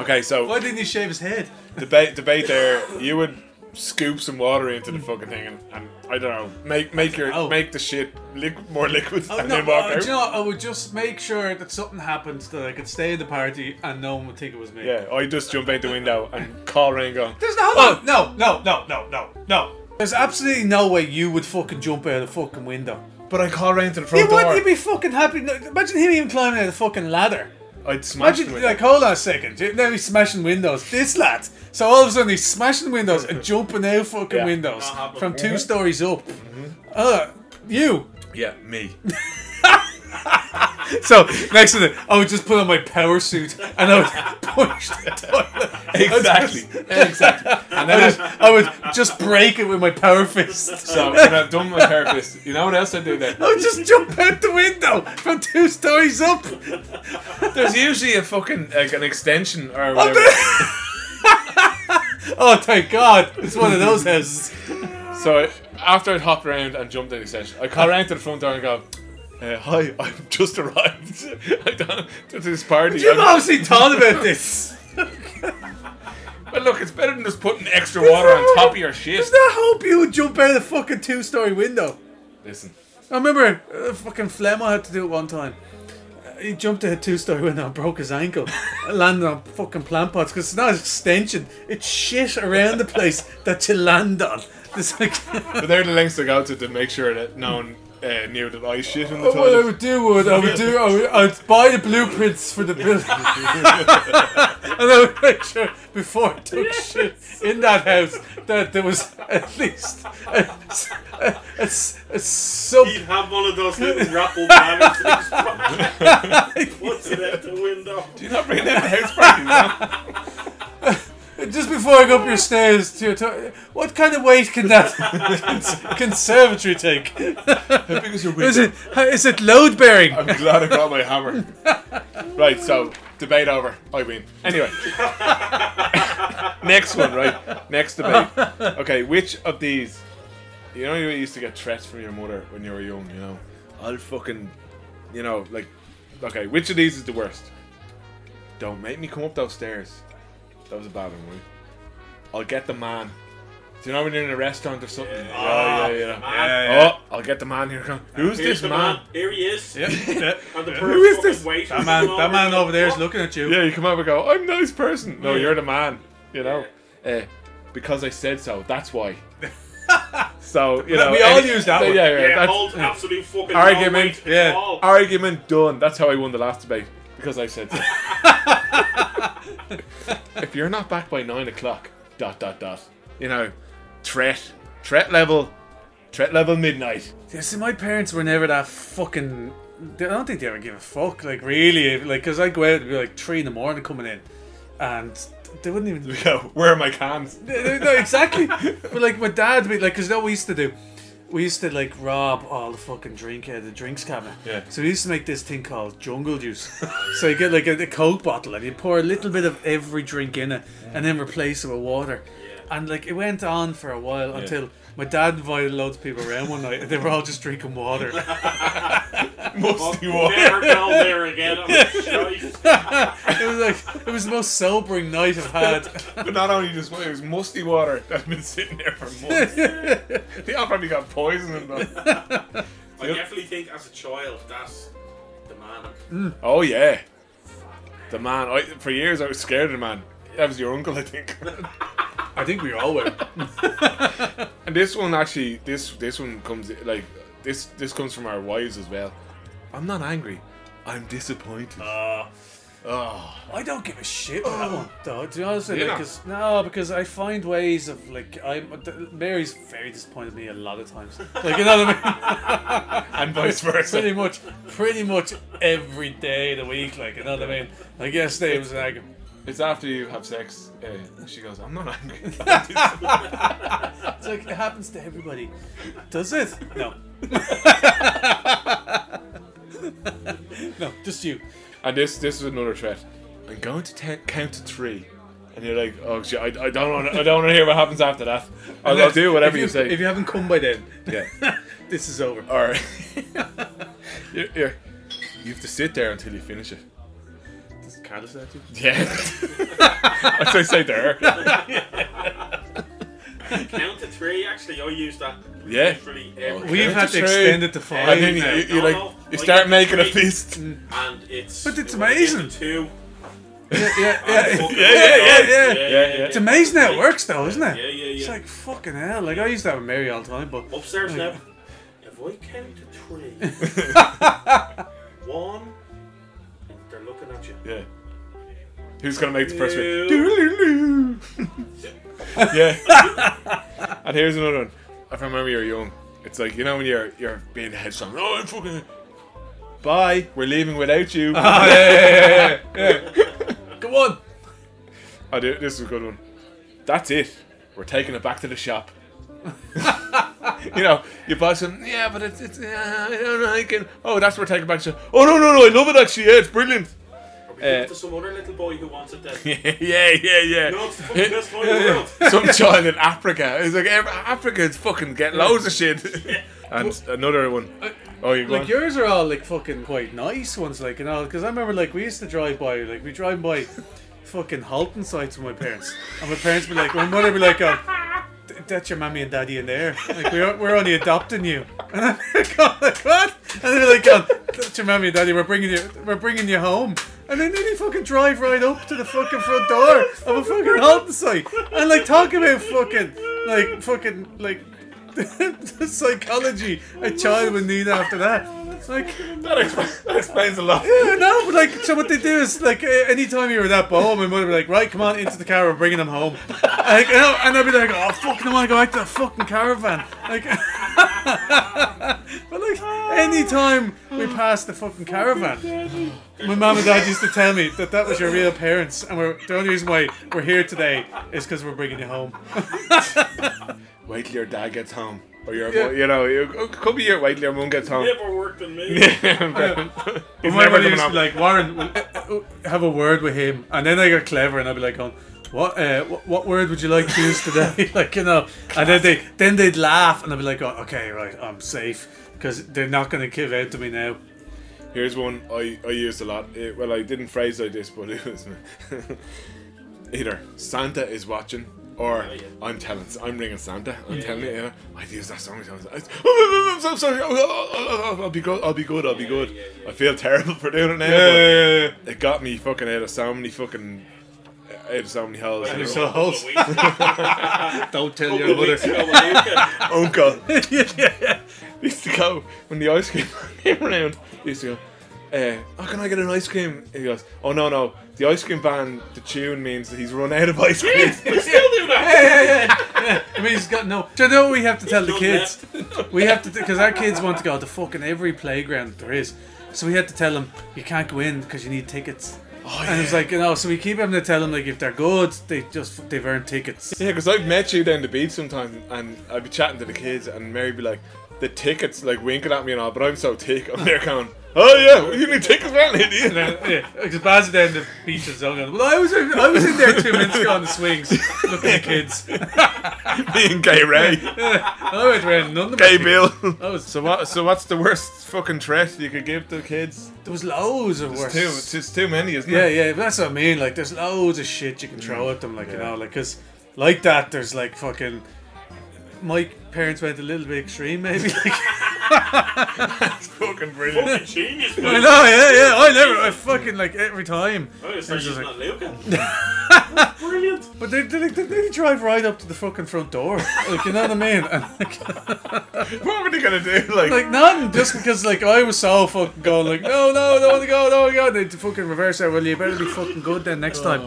Speaker 3: Okay, so
Speaker 4: Why didn't he shave his head?
Speaker 3: debate debate there. You would scoop some water into the fucking thing and, and I don't know, make make your
Speaker 4: Oh.
Speaker 3: make the shit liqu- more liquid
Speaker 4: Oh,
Speaker 3: and
Speaker 4: no,
Speaker 3: then walk
Speaker 4: uh,
Speaker 3: out.
Speaker 4: do you know what? I would just make sure that something happened so that I could stay at the party and no one would think it was me.
Speaker 3: yeah, I just jump out the window and call Rain going,
Speaker 4: There's no, no, no, no, no, no, no, no. There's absolutely no way you would fucking jump out of the fucking window.
Speaker 3: But I call Rain to the
Speaker 4: You
Speaker 3: front door.
Speaker 4: wouldn't you be fucking happy? No, imagine him even climbing out of the fucking ladder.
Speaker 3: I'd smash
Speaker 4: Imagine,
Speaker 3: it.
Speaker 4: like, hold on a second. You- Now he's smashing windows. This lad. So all of a sudden he's smashing windows and jumping out fucking
Speaker 3: Yeah.
Speaker 4: windows
Speaker 1: Not happening.
Speaker 4: from two stories up. Uh, you.
Speaker 3: Yeah, me.
Speaker 4: So next to it, I would just put on my power suit and I would punch the toilet.
Speaker 3: Exactly.
Speaker 4: exactly. And then I, just, I would just break it with my power fist.
Speaker 3: So when Oh, I've done my therapist, you know what else I do then?
Speaker 4: I would just jump out the window from two stories up.
Speaker 3: There's usually a fucking like an extension or
Speaker 4: I'm
Speaker 3: whatever.
Speaker 4: the- oh, thank God. It's one of those houses.
Speaker 3: So I, after I'd hopped around and jumped in the extension, I call around to the front door and go, uh, "Hi, I've just arrived. I don't to this party.
Speaker 4: You've
Speaker 3: I'm-
Speaker 4: obviously thought about this.
Speaker 3: But look, it's better than just putting extra water on top of your shit.
Speaker 4: Does that hope you would jump out of the fucking two story window?
Speaker 3: Listen,
Speaker 4: I remember uh, fucking Flemo had to do it one time. Uh, He jumped out a two story window and broke his ankle. and landed on fucking plant pots because it's not extension, it's shit around the place that you land on. It's like.
Speaker 3: but they're the lengths I go to to make sure that no one uh, knew that I shit in the
Speaker 4: what Oh, I
Speaker 3: toilet.
Speaker 4: would do would I would do I would I'd buy the blueprints for the building, and I would make sure before I took shit in that house that there was at least a, a, a, a sub
Speaker 1: He'd have one of those little rapple banners that he's fucking- puts it out the window.
Speaker 3: You're not bringing that house party, man.
Speaker 4: Just before I go up your stairs to your to- what kind of weight can that cons- conservatory take?
Speaker 3: How big is your
Speaker 4: Is
Speaker 3: window?
Speaker 4: it is it load bearing?
Speaker 3: I'm glad I brought my hammer. right, so debate over. I win. Anyway, next one, right? Next debate. Okay, which of these? You know, you used to get threats from your mother when you were young. You know, I'll fucking, you know, like, okay, which of these is the worst? Don't make me come up those stairs. That was a bad one, right? I'll get the man. Do you know when you're in a restaurant or something? Yeah, yeah, yeah.
Speaker 1: Ah, Man,
Speaker 3: Oh, I'll get the man here. Come. Who's
Speaker 1: Here's
Speaker 3: this
Speaker 1: the
Speaker 3: man?
Speaker 1: man. Here he is. And the
Speaker 3: Who is this?
Speaker 1: That
Speaker 4: looking at you.
Speaker 3: Yeah, you come up and go, I'm a nice person. No, you're the man, you know. Uh, because I said so, that's why. so, you know.
Speaker 4: we all
Speaker 3: any-
Speaker 4: use that
Speaker 3: Yeah,
Speaker 4: one.
Speaker 3: yeah,
Speaker 1: Yeah,
Speaker 3: that's-
Speaker 1: hold absolute fucking
Speaker 3: argument,
Speaker 1: no weight
Speaker 3: yeah,
Speaker 1: at all.
Speaker 3: argument done. That's how I won the last debate because I said so. if you're not back by nine o'clock, dot dot dot, you know, threat, threat level, threat level midnight.
Speaker 4: Yeah, see, my parents were never that fucking. they- I don't think they ever give a fuck. Like, really. Like, because I'd go out and be like 3 in the morning coming in, and they wouldn't even.
Speaker 3: We go, where are my cans?
Speaker 4: no, no, exactly. But like my dad, we like, cause you know what we used to do. We used to like rob all the fucking drink out of the drinks cabinet.
Speaker 3: Yeah.
Speaker 4: So we used to make this thing called jungle juice. so you get like a, a coke bottle and you pour a little bit of every drink in it, and then replace it with water. And like it went on for a while until my dad invited loads of people around one night, and they were all just drinking water.
Speaker 3: Musty water.
Speaker 1: Never go there again. I'm shite.
Speaker 4: it was like it was the most sobering night I've had.
Speaker 3: But not only just water, it was musty water that had been sitting there for months. they all probably got poison in them.
Speaker 1: I definitely think as a child that's the man.
Speaker 3: Oh yeah, the man. I, for years I was scared of the man. That was your uncle, I think.
Speaker 4: I think we all were.
Speaker 3: and this one actually, this this one comes like this this comes from our wives as well. I'm not angry. I'm disappointed.
Speaker 4: Uh,
Speaker 3: Ah.
Speaker 4: I don't give a shit about that one, though. To be honest, with you,
Speaker 3: Yeah.
Speaker 4: like, 'cause- no, because I find ways of like I'm. th- Mary's very disappointed in me a lot of times. Like you know what I mean?
Speaker 3: and vice versa.
Speaker 4: pretty much, pretty much every day of the week. Like you know what I mean? Like yesterday it was like,
Speaker 3: It's after you have sex. Uh, she goes, I'm not angry.
Speaker 4: it's like it happens to everybody, does it? No. no, just you.
Speaker 3: and this this is another threat. I'm going to te- count to three. and you're like, oh shit, I, I don't want I don't want to hear what happens after that. I'll, I'll do whatever
Speaker 4: if
Speaker 3: you, say.
Speaker 4: If you haven't come by then,
Speaker 3: yeah.
Speaker 4: this is over.
Speaker 3: All right. you're, you're, you have to sit there until you finish it.
Speaker 4: Does Carlos do that too?
Speaker 3: Yeah. As I say there.
Speaker 1: Count to three, actually. I use that
Speaker 3: Yeah.
Speaker 1: literally every
Speaker 4: We've
Speaker 3: Count
Speaker 4: had
Speaker 3: to
Speaker 4: to
Speaker 3: three.
Speaker 4: extend it to five.
Speaker 3: And then you,
Speaker 4: now.
Speaker 3: you, you
Speaker 1: No,
Speaker 3: like
Speaker 1: no.
Speaker 3: you
Speaker 1: Well,
Speaker 3: start
Speaker 1: yeah,
Speaker 3: making a
Speaker 1: three.
Speaker 3: fist.
Speaker 1: and it's.
Speaker 4: But it's
Speaker 1: it went
Speaker 4: amazing.
Speaker 1: into Two.
Speaker 4: yeah, yeah, yeah.
Speaker 1: Fucking
Speaker 3: yeah, yeah, yeah.
Speaker 1: yeah,
Speaker 3: Yeah, yeah.
Speaker 4: It's amazing how it works, though, isn't it?
Speaker 1: Yeah, yeah, yeah.
Speaker 4: It's like fucking hell. Like I used to have Mary all the time, but
Speaker 1: Upstairs
Speaker 4: like,
Speaker 1: now. If I count to three, one, they're looking at you.
Speaker 3: Yeah. Who's gonna make the first
Speaker 1: Ew.
Speaker 3: win? yeah. and here's another one. If I remember you're young, it's like you know when you're you're being headstrong. Oh, I'm fucking. Bye. We're leaving without you.
Speaker 4: come on.
Speaker 3: I do. This is a good one. That's it. We're taking it back to the shop. you know, you buy some. Yeah, but it's it's. Uh, I don't like it. Oh, that's what we're taking back to. Oh no no no! I love it actually. Yeah, it's brilliant.
Speaker 1: Or we give it to some other little boy who wants it then.
Speaker 3: yeah yeah yeah.
Speaker 1: No, it's the fucking best toy in the world.
Speaker 3: some child in Africa. It's like ev- Africans fucking get loads of shit. and another one. Oh, you
Speaker 4: Like
Speaker 3: like
Speaker 4: yours are all like fucking quite nice ones, like you know, because I remember like we used to drive by, like we drive by fucking halting sites with my parents, and my parents be like, my mother be like, oh, th- that's your mommy and daddy in there, like we're, we're only adopting you, and I'm going like what, and they're like, oh, that's your mommy and daddy, we're bringing you, we're bringing you home. And then, then you fucking drive right up to the fucking front door of a fucking halting site, and like talking about fucking, like fucking, like the psychology a child would need after that. Like,
Speaker 3: that, explains, that explains a lot.
Speaker 4: yeah, no, but like, so what they do is like, uh, anytime you were that ball, my mother would be like, right, come on into the car, we're bringing them home. Like, and, I, and I'd be like, oh fucking, I want to go back to the fucking caravan. Like, but like, anytime we passed the fucking caravan. My mum and dad used to tell me that that was your real parents, and we're, the only reason why we're here today is because we're bringing you home.
Speaker 3: Wait till your dad gets home, or your
Speaker 4: Yeah.
Speaker 3: mo- you know it it could be your wait till your mum gets home.
Speaker 1: Never worked in me.
Speaker 3: He's
Speaker 4: My
Speaker 3: never
Speaker 4: mother
Speaker 3: coming
Speaker 4: used to
Speaker 3: up.
Speaker 4: be like Warren, will- uh, uh, have a word with him, and then I got clever, and I'd be like, "Going, what, uh, what, what word would you like to use today?" like you know, and then they then they'd laugh, and I'd be like, oh, "Okay, right, I'm safe because they're not going to give out to me now."
Speaker 3: Here's one I, I used a lot. It- well, I didn't phrase like this, but it was either Santa is watching or I'm telling, I'm ringing Santa. I'm telling you, Oh, yeah. I'd use that so many times. It's, "Oh, I'm so sorry. Oh, oh, oh, oh, I'll be good. I'll be good. I'll be good. I feel terrible for doing it now. but It got me fucking out of so many fucking out of so many holes.
Speaker 1: I
Speaker 3: You
Speaker 1: know,
Speaker 3: know,
Speaker 4: so
Speaker 1: a couple
Speaker 4: host.
Speaker 1: of weeks- a
Speaker 4: Don't tell
Speaker 1: couple of weeks ago, Maluka,
Speaker 3: Uncle
Speaker 4: yeah.
Speaker 3: used to go when the ice cream man came around. He used to go, uh, "How can I get an ice cream?" He goes, "Oh no, no, the ice cream van. The tune means that he's run out of ice cream."
Speaker 1: we still do that.
Speaker 4: Yeah, yeah, yeah. I mean, he's got no. Do you know what we have to tell the
Speaker 1: He's
Speaker 4: kids? We have to, because our kids want to go to fucking every playground there is. So we had to tell them, you can't go in because you need tickets.
Speaker 3: oh,
Speaker 4: And it's like, you know, so we keep having to tell them, like, if they're good, they just, they've earned tickets.
Speaker 3: yeah, because I've met you down the beach sometimes, and I'd be chatting to the kids, and Mary'd be like, "The tickets," like winking at me and all, but I'm so thick. I'm there going, "Oh yeah, well, you need tickets, man, idiot."
Speaker 4: Yeah, because Baz down the beach is going. Well, I was I was in there two minutes ago on the swings, looking at kids. And
Speaker 3: Being gay, Ray,
Speaker 4: I went around none of them.
Speaker 3: gay Bill.
Speaker 4: I was,
Speaker 3: so what? So what's the worst fucking threat you could give to the kids?
Speaker 4: there was loads of worse.
Speaker 3: It's too, it's just too many, isn't
Speaker 4: yeah,
Speaker 3: it?
Speaker 4: yeah, but that's what I mean. Like, there's loads of shit you can throw at them, like you know, like because like that, there's like fucking. My parents went a little bit extreme, maybe. Like,
Speaker 3: Fucking brilliant.
Speaker 1: Fucking genius,
Speaker 4: I
Speaker 1: man.
Speaker 4: know, yeah, yeah. I never, I fucking like every time.
Speaker 1: Oh, it's not
Speaker 4: It's just
Speaker 1: using
Speaker 4: like-
Speaker 1: that Luca. Brilliant.
Speaker 4: But they they, they, they drive right up to the fucking front door, like you know what I mean. And, like,
Speaker 3: What were they gonna do? Like,
Speaker 4: like none, just because like I was so fucking going like no no don't want to go don't want to go. They fucking reverse it. Well, you better be fucking good then next time.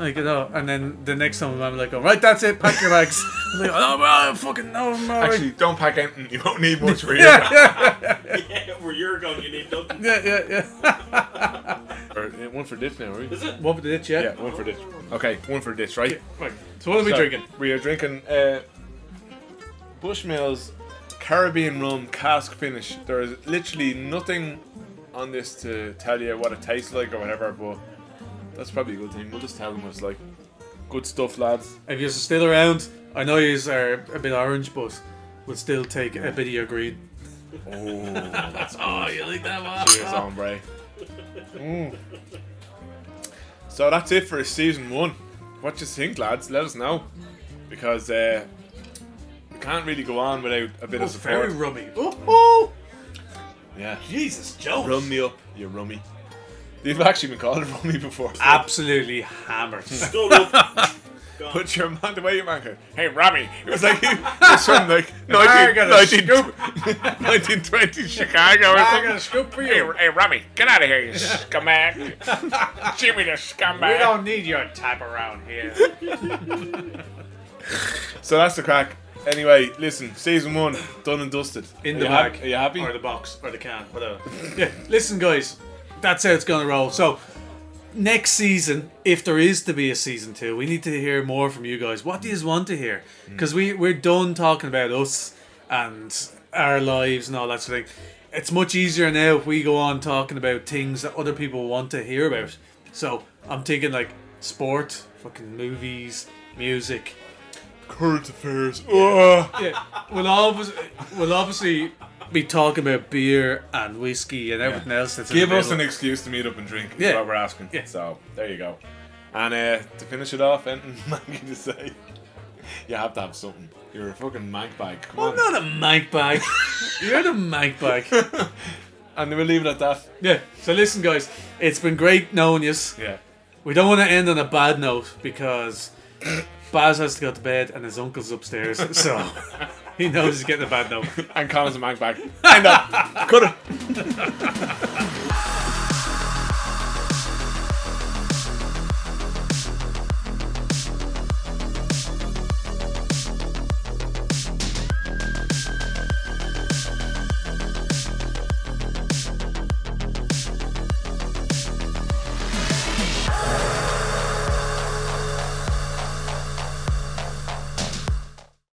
Speaker 4: like you know, and then the next time I'm like, all right, that's it, pack your bags. I'm like, oh well, fucking no, I'm all right."
Speaker 3: actually, don't pack anything. You won't need much for you.
Speaker 4: yeah, yeah,
Speaker 1: Yeah, where you're going, you need nothing.
Speaker 4: yeah, yeah, yeah.
Speaker 3: one for this now, right?
Speaker 1: Is it?
Speaker 4: What did it, yeah?
Speaker 3: Yeah, one for this. Okay, one for this, right?
Speaker 4: Right. So what are we
Speaker 3: So,
Speaker 4: drinking?
Speaker 3: We are drinking uh, Bushmills Caribbean rum cask finish. There is literally nothing on this to tell you what it tastes like or whatever, but that's probably a good thing. We'll just tell them what it's like. Good stuff, lads.
Speaker 4: If you're still around, I know you are a bit orange, but we'll still take a bit of your green.
Speaker 3: Oh, you like that one? Cheers, hombre. So that's it for season one. What you think, lads? Let us know because uh, we can't really go on without a bit of
Speaker 4: That's very
Speaker 3: support.
Speaker 4: rummy. Ooh,
Speaker 3: yeah,
Speaker 1: Oh, Jesus, Joe.
Speaker 3: rum me up, you rummy. They've actually been called rummy before.
Speaker 4: Ah.
Speaker 3: so-
Speaker 4: absolutely hammered.
Speaker 1: Stood up.
Speaker 3: But your man, the way your man goes, hey, Rami. It was like, it was something like 19, 1920 Chicago or
Speaker 4: I
Speaker 3: something.
Speaker 4: got a scoop for
Speaker 3: Hey,
Speaker 4: you.
Speaker 3: hey, Rami, get out of here, you scumbag. Jimmy the scumbag.
Speaker 4: We don't need your type around here.
Speaker 3: So that's the crack. Anyway, listen, season one, done and dusted.
Speaker 4: In
Speaker 3: Are
Speaker 4: the
Speaker 3: you
Speaker 4: bag.
Speaker 3: hap- are you happy?
Speaker 4: Or the box. Or the can. Whatever. yeah, listen, guys. That's how it's going to roll. So, next season, if there is to be a season two, we need to hear more from you guys. What do you want to hear?
Speaker 3: Mm.
Speaker 4: Because we, we're done talking about us and our lives and all that sort of thing. It's much easier now if we go on talking about things that other people want to hear about. So, I'm thinking like sport, fucking movies, music,
Speaker 3: Current affairs. Oh.
Speaker 4: yeah, we'll obviously, we'll obviously be talking about beer and whiskey and everything else. That's
Speaker 3: Give us an
Speaker 4: available.
Speaker 3: excuse to meet up and drink, is
Speaker 4: Yeah.
Speaker 3: what we're asking.
Speaker 4: Yeah.
Speaker 3: So, there you go. And uh, to finish it off, anything manky to say? You have to have something. You're a fucking mank bag. Come
Speaker 4: I'm
Speaker 3: on.
Speaker 4: not a mic bag. You're the mic bag.
Speaker 3: And we'll leave it at that.
Speaker 4: Yeah. So listen, guys, it's been great knowing you.
Speaker 3: Yeah.
Speaker 4: We don't want to end on a bad note because Baz has to go to bed and his uncle's upstairs, so he knows he's getting a bad note.
Speaker 3: And Connor's a mank bag. End up. Cut it.